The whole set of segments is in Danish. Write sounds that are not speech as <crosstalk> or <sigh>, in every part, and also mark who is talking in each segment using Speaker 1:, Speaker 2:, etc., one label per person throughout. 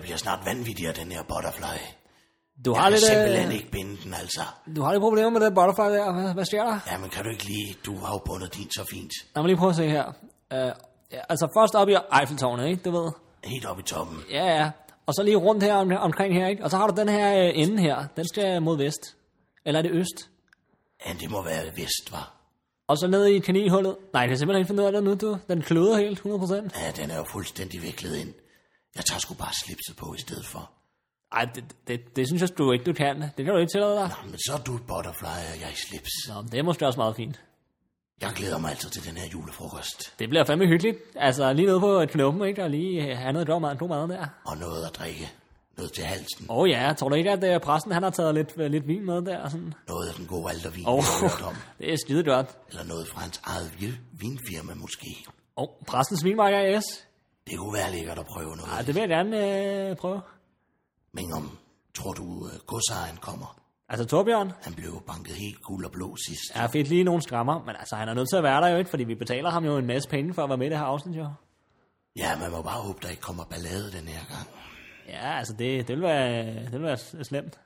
Speaker 1: bliver snart vanvittig af den her butterfly.
Speaker 2: Du
Speaker 1: Jeg
Speaker 2: har,
Speaker 1: kan
Speaker 2: lidt,
Speaker 1: simpelthen
Speaker 2: øh,
Speaker 1: ikke binde den, altså.
Speaker 2: du har lidt problemer med den butterfly der. Hvad, hvad sker der?
Speaker 1: Jamen, kan du ikke lige... Du har jo bundet din så fint.
Speaker 2: Lad mig lige prøve at se her. Uh, ja, altså først op i Eiffeltårnet, ikke? Du ved.
Speaker 1: Helt oppe i toppen.
Speaker 2: Ja, ja. Og så lige rundt her om, omkring her, ikke? Og så har du den her øh, ende her. Den skal mod vest. Eller er det øst?
Speaker 1: Ja, det må være vest, var.
Speaker 2: Og så ned i kaninhullet. Nej, det er simpelthen ikke finde ud af det nu, du. Den kløder helt, 100%.
Speaker 1: Ja, den er jo fuldstændig viklet ind. Jeg tager sgu bare slipset på i stedet for.
Speaker 2: Ej, det, det, det synes jeg du ikke, du kan. Det kan du ikke tillade dig.
Speaker 1: Men så er du et butterfly, og jeg er i slips.
Speaker 2: Nå, det er måske også meget fint.
Speaker 1: Jeg glæder mig altid til den her julefrokost.
Speaker 2: Det bliver fandme hyggeligt. Altså, lige nede på knuppen, ikke? Og lige øh, have noget god mad, god mad der.
Speaker 1: Og noget at drikke. Noget til halsen.
Speaker 2: Åh oh, ja, tror du ikke, at øh, præsten han har taget lidt, øh, lidt vin med der? og Sådan?
Speaker 1: Noget af den gode aldervin,
Speaker 2: Åh,
Speaker 1: oh. jeg har hørt om.
Speaker 2: <laughs> det er skide godt.
Speaker 1: Eller noget fra hans eget vil- vinfirma, måske.
Speaker 2: Åh, oh, præstens vinmarker AS.
Speaker 1: Det kunne være lækkert at prøve noget.
Speaker 2: Ej, det vil jeg gerne øh, prøve.
Speaker 1: Men om, tror du, øh, godsejeren kommer?
Speaker 2: Altså, Torbjørn,
Speaker 1: Han blev jo banket helt gul og blå sidst.
Speaker 2: jeg fik lige nogle skrammer, men altså, han er nødt til at være der jo ikke, fordi vi betaler ham jo en masse penge for at være med i det her afsnit, jo.
Speaker 1: Ja, man må bare håbe, der ikke kommer ballade den her gang.
Speaker 2: Ja, altså, det, det vil være, det vil være s- slemt.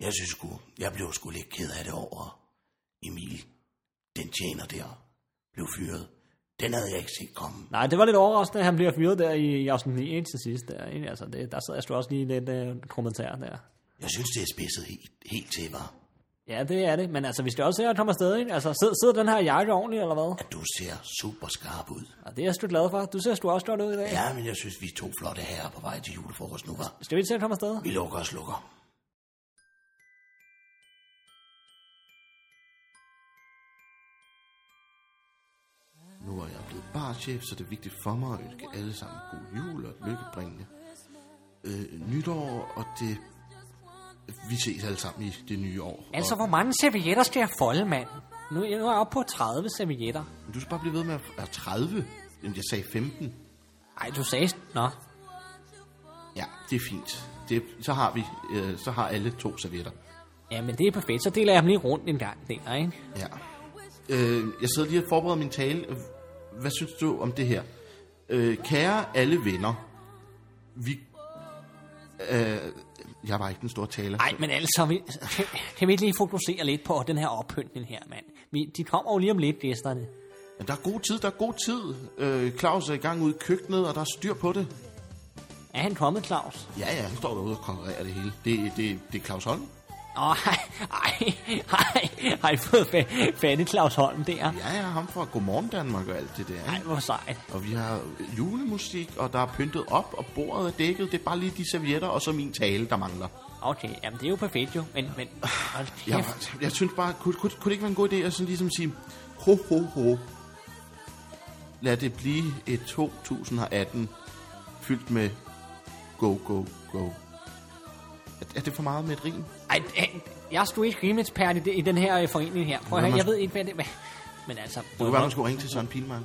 Speaker 1: Jeg synes sgu, jeg blev sgu lidt ked af det over Emil. Den tjener der blev fyret. Den havde jeg ikke set komme.
Speaker 2: Nej, det var lidt overraskende, at han bliver fyret der i, i afsnit 9 til sidst. Der, ikke? altså, det, der sad jeg sgu også lige lidt øh, kommentar der.
Speaker 1: Jeg synes, det er spidset helt, helt til, var.
Speaker 2: Ja, det er det, men altså, vi skal også se at komme afsted, ikke? Altså, sidder, sidder den her jakke ordentligt, eller hvad?
Speaker 1: At du ser super skarp ud.
Speaker 2: Og det er jeg sgu glad for. Du ser sgu også godt ud i dag.
Speaker 1: Ja, men jeg synes, vi er to flotte herrer på vej til julefrokost nu, var.
Speaker 2: Skal vi til at komme afsted?
Speaker 1: Vi lukker og slukker.
Speaker 3: Nu er jeg blevet barchef, så det er vigtigt for mig at ønske alle sammen god jul og et lykkebringende øh, nytår, og det... Vi ses alle sammen i det nye år.
Speaker 2: Altså, hvor mange servietter skal jeg folde, mand? Nu, nu er jeg oppe på 30 servietter.
Speaker 3: Og du skal bare blive ved med at at 30. Jamen, jeg sagde 15.
Speaker 2: Ej, du sagde... Nå.
Speaker 3: Ja, det er fint. Det, så har vi, øh, så har alle to servietter.
Speaker 2: Ja, men det er perfekt. Så deler jeg dem lige rundt en gang der, ikke?
Speaker 3: Ja. Øh, jeg sidder lige og forbereder min tale. Hvad synes du om det her? Øh, kære alle venner, vi... Øh, jeg var ikke den store taler.
Speaker 2: Ej, men altså, vi, <laughs> kan, kan vi ikke lige fokusere lidt på den her oppyntning her, mand? Vi, de kommer jo lige om lidt, gæsterne.
Speaker 3: Men der er god tid, der er god tid. Øh, Claus er i gang ude i køkkenet, og der er styr på det.
Speaker 2: Er han kommet, Claus?
Speaker 3: Ja, ja, han står derude og konkurrerer det hele. Det, det, det er Claus Holm.
Speaker 2: Åh, <laughs> ej, ej, ej, har I fået fa- fat i Claus Holm der?
Speaker 3: Ja, ja, ham fra Godmorgen Danmark og alt det der.
Speaker 2: Ej,
Speaker 3: ikke?
Speaker 2: hvor sejt.
Speaker 3: Og vi har julemusik, og der er pyntet op, og bordet er dækket. Det er bare lige de servietter, og så min tale, der mangler.
Speaker 2: Okay, jamen det er jo perfekt jo, men... men hold kæft.
Speaker 3: Jeg, jeg synes bare, kunne, kunne, kunne det ikke være en god idé at sådan ligesom sige, ho, ho, ho. Lad det blive et 2018 fyldt med go, go, go. Er, er det for meget med et rim?
Speaker 2: Ej, øh, jeg er sgu ikke rimeekspert i, det- i den her øh, forening her. Prøv at
Speaker 3: Nå,
Speaker 2: høre,
Speaker 3: man-
Speaker 2: jeg ved ikke, hvad det hvad. Men altså,
Speaker 3: Det kunne være, man skulle ringe til Søren Pilmark.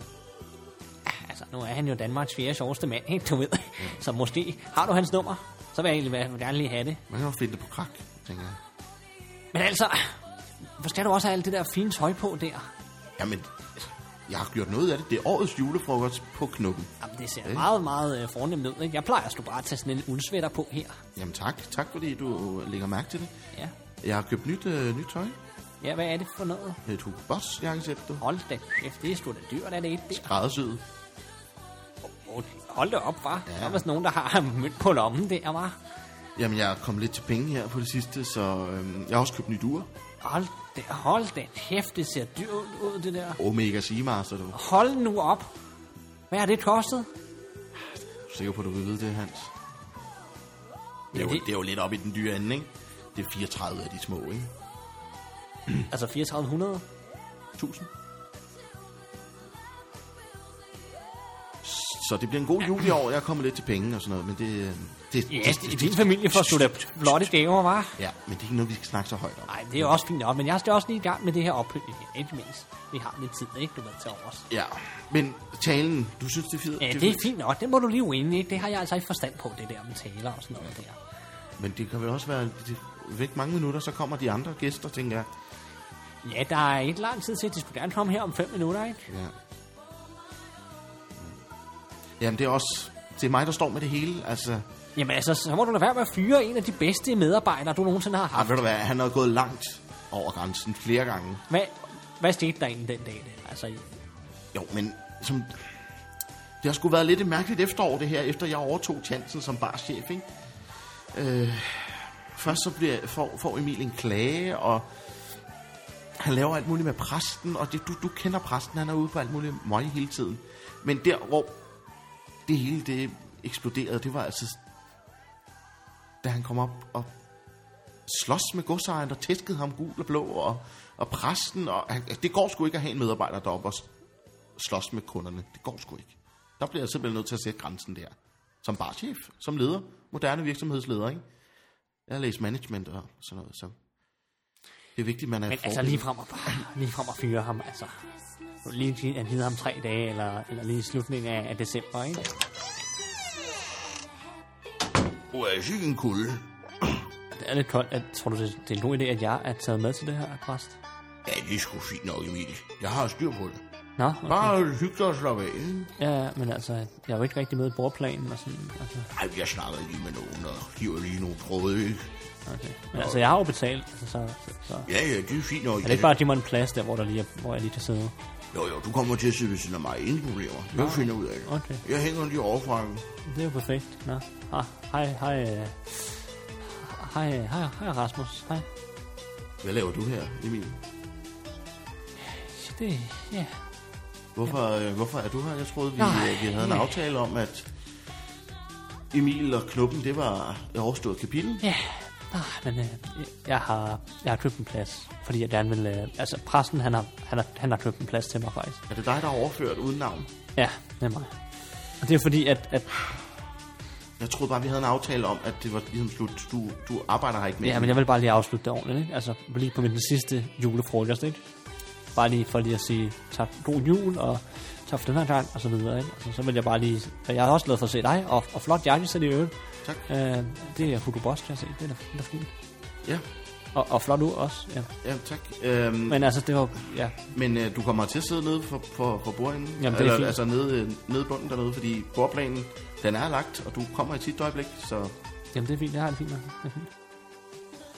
Speaker 2: altså, nu er han jo Danmarks fjerde sjoveste mand, ikke? Du ved.
Speaker 3: Mm.
Speaker 2: Så måske har du hans nummer, så vil jeg egentlig være- gerne lige have det.
Speaker 3: Man kan jo finde det på krak, tænker jeg.
Speaker 2: Men altså, hvor skal du også have alt det der fine tøj på der?
Speaker 3: Jamen, altså, jeg har gjort noget af det. Det er årets julefrokost på knuppen.
Speaker 2: Jamen, det ser meget, meget øh, fornemt ud, ikke? Jeg plejer sgu bare at tage sådan en uldsvætter på her.
Speaker 3: Jamen tak. Tak fordi du øh, lægger mærke til det.
Speaker 2: Ja.
Speaker 3: Jeg har købt nyt, øh, nyt tøj.
Speaker 2: Ja, hvad er det for noget?
Speaker 3: Et Hugo Boss jakkesæt. du.
Speaker 2: Hold da kæft, det er sgu da dyrt, er det ikke det?
Speaker 3: Grædesyet.
Speaker 2: Åh, Hold da op, var. Ja.
Speaker 3: Ja.
Speaker 2: Der er vist nogen, der har <laughs> mødt på lommen der, var.
Speaker 3: Jamen, jeg er kommet lidt til penge her på det sidste, så øhm, jeg har også købt nyt ur.
Speaker 2: Hold da, hold da kæft, det ser dyrt ud, det der.
Speaker 3: Omega Seamaster, du.
Speaker 2: Hold nu op. Hvad har det kostet?
Speaker 3: Jeg er sikker på, du vil vide det, Hans. Det er, jo,
Speaker 2: Ja, det-
Speaker 3: det er jo lidt op i den dyre ende, ikke? Det er 34 af de små, ikke?
Speaker 2: Altså 3400?
Speaker 3: 1000. Så det bliver en god jul i år. Jeg er kommet lidt til penge og sådan noget, men det... øh, det
Speaker 2: Ja, i din familie får du da flotte gaver, var.
Speaker 3: Ja, men det er ikke noget, vi skal snakke så højt om.
Speaker 2: Nej, det er også fint nok, men jeg skal også lige i gang med det her oppyntning her, ikke mindst. Vi har lidt tid, ikke? Du ved, til overs.
Speaker 3: Ja, men talen, du synes, det er fedt?
Speaker 2: Ja, det er fint nok. Det må du lige uinde, ikke? Det har jeg altså ikke forstand på, det der med taler og sådan noget der.
Speaker 3: Men det kan vel også være det, væk mange minutter, så kommer de andre gæster, tænker jeg.
Speaker 2: Ja, der er ikke lang tid til, at de skulle gerne komme her om 5 minutter, ikke?
Speaker 3: Ja. Jamen, det er også... Det er mig, der står med det hele, altså...
Speaker 2: Jamen altså, så må du lade være med at fyre en af de bedste medarbejdere, du nogensinde har
Speaker 3: Ah,
Speaker 2: haft.
Speaker 3: ved du hvad, han har gået langt over grænsen flere gange.
Speaker 2: Hvad, hvad skete der egentlig den dag? der? Altså,
Speaker 3: Jo, men som... Det har sgu været lidt et mærkeligt efterår, det her, efter jeg overtog chancen som barchef, ikke? Øh, først så bliver, får, får Emil en klage, og han laver alt muligt med præsten, og det, du, du kender præsten, han er ude på alt muligt møg hele tiden. Men der, hvor det hele det eksploderede, det var altså, da han kom op og slås med godsejeren, og tæskede ham gul og blå, og, og præsten, og han, det går sgu ikke at have en medarbejder deroppe og slås med kunderne. Det går sgu ikke. Der bliver jeg simpelthen nødt til at sætte grænsen der. Som barchef, som leder, moderne virksomhedsleder, ikke? Jeg har læst management og sådan noget, så det er vigtigt, man er
Speaker 2: men
Speaker 3: et
Speaker 2: altså
Speaker 3: forbillede.
Speaker 2: lige frem og, <clears throat> lige frem og fyre ham, altså. Lige, han hedder ham tre dage, eller, eller lige i slutningen af, af december, ikke?
Speaker 1: Hvor er syg en kulde.
Speaker 2: Det er lidt koldt. At, tror du, det, det er en god idé, at jeg er taget med til det her, præst?
Speaker 1: Ja, det er sgu fint nok, Emil. Jeg har styr på det.
Speaker 2: Nå, okay.
Speaker 1: Bare hygge dig og slappe af. ikke?
Speaker 2: ja, men altså, jeg er jo ikke rigtig med i bordplanen og sådan. Altså,
Speaker 1: Ej, jeg snakker lige med nogen, og hiver lige nogle tråde, ikke?
Speaker 2: okay. Men altså, jeg har jo betalt, altså, så, så, så. Er
Speaker 1: Ja, ja, det er fint nok.
Speaker 2: det ikke bare, at de må en plads der, hvor, der lige er, hvor jeg lige kan sidde?
Speaker 1: Jo, jo, du kommer til at sidde ved siden af mig. Ingen problemer. Jeg finder ud af det.
Speaker 2: Okay.
Speaker 1: Jeg hænger lige over fra dem.
Speaker 2: Det er jo perfekt. Nå. Ah, hej, hej. øh. Hej, øh, hej, hej Rasmus. Hej.
Speaker 3: Hvad laver du her, Emil?
Speaker 2: Så Det, ja.
Speaker 3: Hvorfor, øh, hvorfor er du her? Jeg troede, vi,
Speaker 2: Nej.
Speaker 3: øh, vi havde en aftale om, at Emil og Knuppen, det var et overstået kapitel.
Speaker 2: Ja. Ah, men øh, jeg, har, jeg har købt en plads, fordi jeg gerne vil... Øh, altså, præsten, han har, han, har, han har købt en plads til mig, faktisk.
Speaker 3: Er det dig, der har overført uden navn?
Speaker 2: Ja, det er mig. Og det er fordi, at, at
Speaker 3: Jeg troede bare, vi havde en aftale om, at det var ligesom slut. Du, du arbejder her ikke mere.
Speaker 2: ja, men jeg vil bare lige afslutte det ordentligt, ikke? Altså, lige på min sidste julefrokost, ikke? Bare lige for lige at sige tak, god jul, og tak for den her gang, og så videre, ikke? Altså, så vil jeg bare lige... for Jeg har også glad for at se dig, og, og flot jakkesæt i øvrigt.
Speaker 3: Tak.
Speaker 2: Øh, det er Hugo Boss, jeg har set. Det er da, det er da fint.
Speaker 3: Ja,
Speaker 2: Og, og flot ud også, ja.
Speaker 3: ja tak. Øhm, men
Speaker 2: Men altså, det var... Ja,
Speaker 3: men øh, du kommer til at sidde nede for, for, for bordenden?
Speaker 2: det er
Speaker 3: Eller,
Speaker 2: fint.
Speaker 3: Altså nede, øh, nede i bunden dernede, fordi bordplanen, den er lagt, og du kommer i sit øjeblik, så...
Speaker 2: jamen det er fint. Jeg har en fin nok. Det er fint.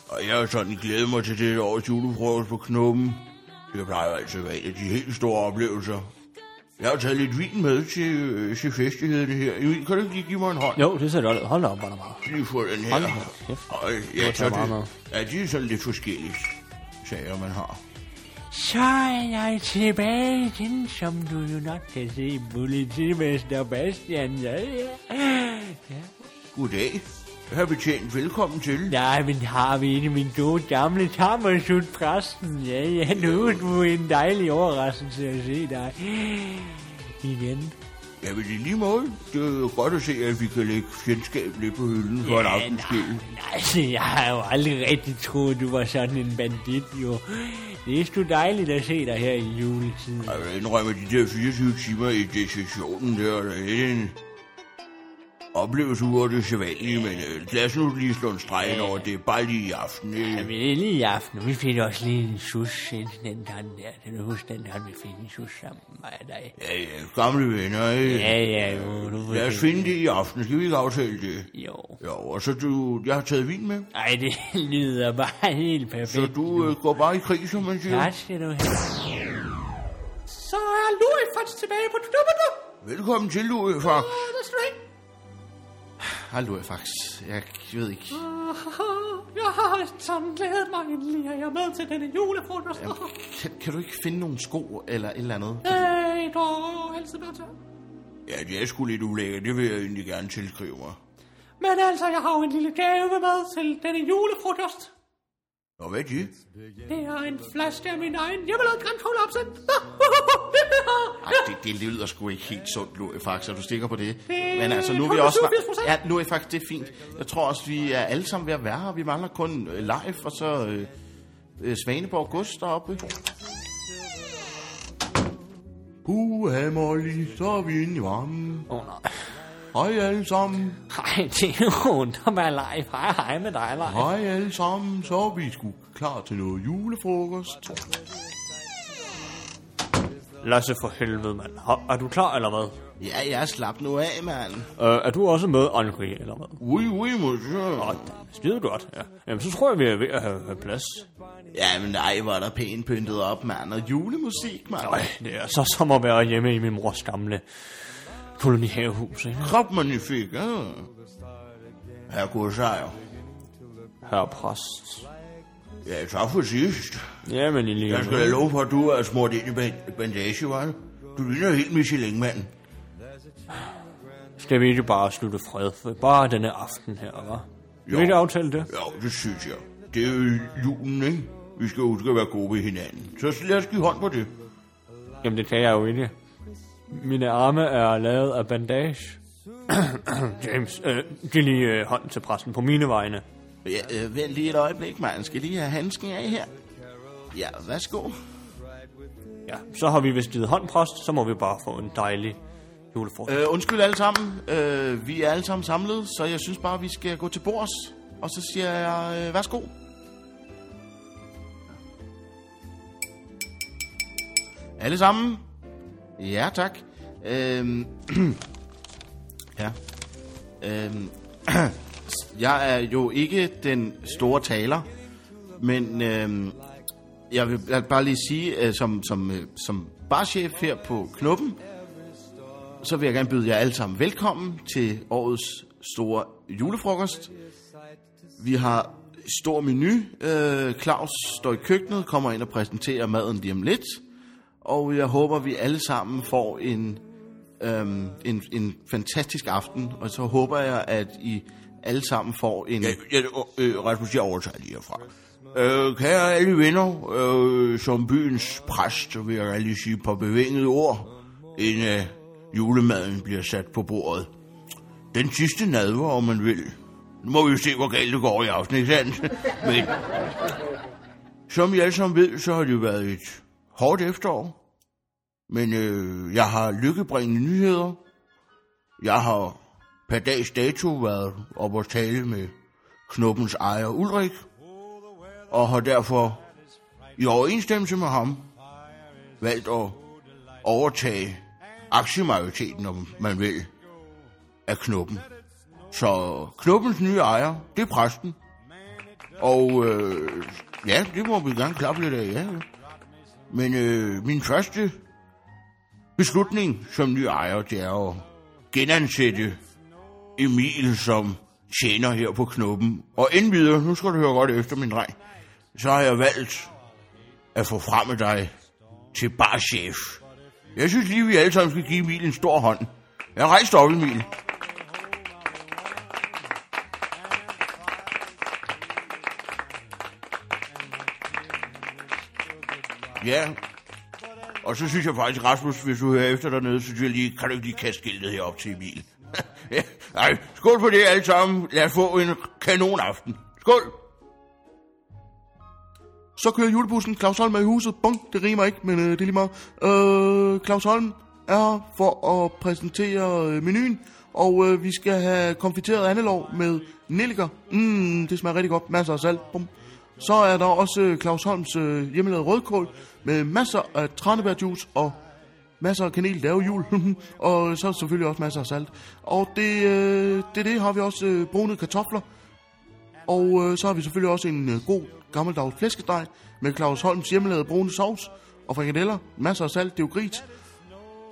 Speaker 1: Og jeg har sådan glædet mig til det års julefrokost på Knuppen. Det plejer altid at være en af de helt store oplevelser. Jeg har taget lidt vin med til, øh, til festligheden her. Emil, kan du ikke lige give mig en hånd?
Speaker 2: Jo, det ser godt ud. Hold da op, hvor er der meget.
Speaker 1: Lige få den her.
Speaker 2: Hold da kæft.
Speaker 1: Og,
Speaker 2: Du har
Speaker 1: ja, så
Speaker 2: taget meget
Speaker 1: det, ja, de er sådan lidt forskellige sager, man har.
Speaker 2: Så er jeg tilbage igen, som du jo nok kan se, politimester Bastian. Ja, ja. ja.
Speaker 1: Goddag. Her betjent, velkommen til.
Speaker 2: Nej, men har vi ikke min gode gamle Tammersund præsten? Ja, ja, nu er du en dejlig overraskelse at se dig. Igen.
Speaker 1: Ja, men i lige måde. Det er jo godt at se, at vi kan lægge fjendskab lidt på hylden for en
Speaker 2: Ja,
Speaker 1: aftenskæld.
Speaker 2: nej, altså, jeg har jo aldrig rigtig troet, du var sådan en bandit, jo. Det er sgu dejligt at se dig her i juletiden.
Speaker 1: Jeg vil indrømme, at de der 24 timer i decisionen der, der er lidt en oplevelse ud af det sædvanlige, men øh, lad os nu lige slå en streg ind over det, bare lige i aften.
Speaker 2: Jamen,
Speaker 1: Ikke?
Speaker 2: det er lige i aften. Vi fik også lige en sus, inden den gang der. Kan du huske den gang, vi fik en sus sammen med dig?
Speaker 1: Ja, ja, gamle venner, ikke?
Speaker 2: Ja, ja, jo. Du ved
Speaker 1: Lad os
Speaker 2: det.
Speaker 1: finde det i aften, skal vi ikke aftale det?
Speaker 2: Jo.
Speaker 1: Jo, og så du, jeg har taget vin med,
Speaker 2: Ej, det lyder bare helt perfekt.
Speaker 1: så du øh, går bare i krig, som man siger.
Speaker 2: Tak skal du have. Så er Louis faktisk tilbage på klubben nu.
Speaker 1: Velkommen til, øh, Louis, fuck.
Speaker 2: Det er slet ikke.
Speaker 3: Hallo, Fax. Jeg ved ikke.
Speaker 2: Jeg har sådan glædet mig endelig, og jeg er med til denne julefrokost.
Speaker 3: Kan, kan du ikke finde nogle sko eller et eller andet?
Speaker 2: Nej, dog, altid med til.
Speaker 1: Ja, det er sgu lidt ulækkert, det vil jeg egentlig gerne tilskrive mig.
Speaker 2: Men altså, jeg har jo en lille gave med til denne julefrokost.
Speaker 1: Nå, hvad er det?
Speaker 2: Det er en flaske af min egen hjemmelavet Grand Cola opsat.
Speaker 3: Ej, det, det lyder sgu ikke helt sundt, Louis Fax, og du stikker på det.
Speaker 2: Det
Speaker 3: Men altså, nu er vi
Speaker 2: kun
Speaker 3: også...
Speaker 2: 87%.
Speaker 3: Ja, Louis Fax, det er fint. Jeg tror også, vi er alle sammen ved at være her. Vi mangler kun øh, live, og så øh, øh, Svaneborg Gods deroppe.
Speaker 1: Puha, Molly, så er vi inde i varmen.
Speaker 2: Åh, oh, nej.
Speaker 1: Hej alle sammen.
Speaker 2: Hej, det er jo ondt at være live. Hej, hej med dig, live.
Speaker 1: Hej alle sammen, så er vi sgu klar til noget julefrokost.
Speaker 2: Lasse for helvede, mand. Har- Er du klar, eller hvad?
Speaker 3: Ja, jeg er slap nu af, mand.
Speaker 2: Øh, er du også med, Henri, eller hvad?
Speaker 1: Oui, oui, monsieur.
Speaker 2: Åh, det er Mm, skide godt, ja. Jamen, så tror jeg, vi er ved at have, have plads.
Speaker 3: Ja, men nej, hvor er der pænt pyntet op, mand. Og julemusik, mand.
Speaker 2: Øj, det er så som at være hjemme i min mors gamle kolonihavehus, ikke?
Speaker 1: Krop magnifik, ja.
Speaker 3: Herre Kursajer.
Speaker 2: Herre præst.
Speaker 1: Ja, tak for sidst.
Speaker 2: Jamen, lille
Speaker 1: Jeg skal da love for, at du er smurt ind i ban- bandage, var det? Du ligner helt Michelin-manden.
Speaker 2: Skal vi ikke bare slutte fred for bare denne aften her, hva'?
Speaker 1: Jo.
Speaker 2: Vil I ikke aftale det?
Speaker 1: Ja, det synes jeg. Det er jo julen, ikke? Vi skal huske at være gode ved hinanden. Så lad os give hånd på det.
Speaker 2: Jamen, det kan jeg jo ikke. Mine arme er lavet af bandage. <clears throat> James, øh, giv lige øh, hånd til præsten på mine vegne.
Speaker 3: Ja, øh, vent lige et øjeblik, mand. Skal lige have handsken af her? Ja, værsgo.
Speaker 2: Ja, så har vi vist givet hånd, præst, så må vi bare få en dejlig julefrokost.
Speaker 3: Øh, undskyld alle sammen. Øh, vi er alle sammen samlet, så jeg synes bare, vi skal gå til bords. Og så siger jeg, øh, værsgo. Alle sammen? Ja, tak. Øhm, <clears throat> ja. Øhm, <clears throat> jeg er jo ikke den store taler, men øhm, jeg vil jeg vil bare lige sige, øh, som, som, øh, som barchef her på Knuppen, så vil jeg gerne byde jer alle sammen velkommen til årets store julefrokost. Vi har stor menu. Øh, Claus står i køkkenet, kommer ind og præsenterer maden lige om lidt. Og jeg håber, vi alle sammen får en, øhm, en, en fantastisk aften. Og så håber jeg, at I alle sammen får en...
Speaker 1: Jeg, jeg, øh, Rasmus, jeg overtager lige herfra. Øh, kære alle venner, øh, som byens præst, så vil jeg gerne lige sige et par bevingede ord, inden øh, julemaden bliver sat på bordet. Den sidste nadver, om man vil. Nu må vi jo se, hvor galt det går i aften, ikke sandt? Men som I alle sammen ved, så har det været et hårdt efterår. Men øh, jeg har lykkebringende nyheder. Jeg har per dags dato været oppe og tale med Knoppens ejer Ulrik, og har derfor i overensstemmelse med ham valgt at overtage aktiemajoriteten, om man vil, af Knoppen. Så Knoppens nye ejer, det er præsten. Og øh, ja, det må vi gerne klappe lidt af, ja. Men øh, min første beslutning som ny ejer, det er at genansætte Emil som tjener her på knuppen. Og endvidere, nu skal du høre godt efter, min dreng, så har jeg valgt at få fremme dig til barchef. Jeg synes lige, vi alle sammen skal give Emil en stor hånd. Jeg rejser op, Emil. Ja, og så synes jeg faktisk, Rasmus, hvis du hører efter dernede, så synes jeg lige, kan du ikke lige kaste skiltet herop til Emil? <laughs> ja, nej, skål på det alle sammen. Lad os få en kanon aften. Skål!
Speaker 3: Så kører julebussen. Claus Holm er i huset. Bum, det rimer ikke, men øh, det er lige meget. Øh, Claus Holm er her for at præsentere øh, menuen. Og øh, vi skal have konfiteret andelov med nelliker. Mm, det smager rigtig godt. Masser af salt. Bum. Så er der også øh, Claus Holms øh, hjemmelavede rødkål med masser af tranebærjuice og masser af kanel. Det er jo jul. <laughs> og så selvfølgelig også masser af salt. Og det, øh, det, er det har vi også øh, brune kartofler. Og øh, så har vi selvfølgelig også en øh, god gammeldags flæskedej med Claus Holms hjemmelavede brune sovs og frikadeller, masser af salt, det er jo gris.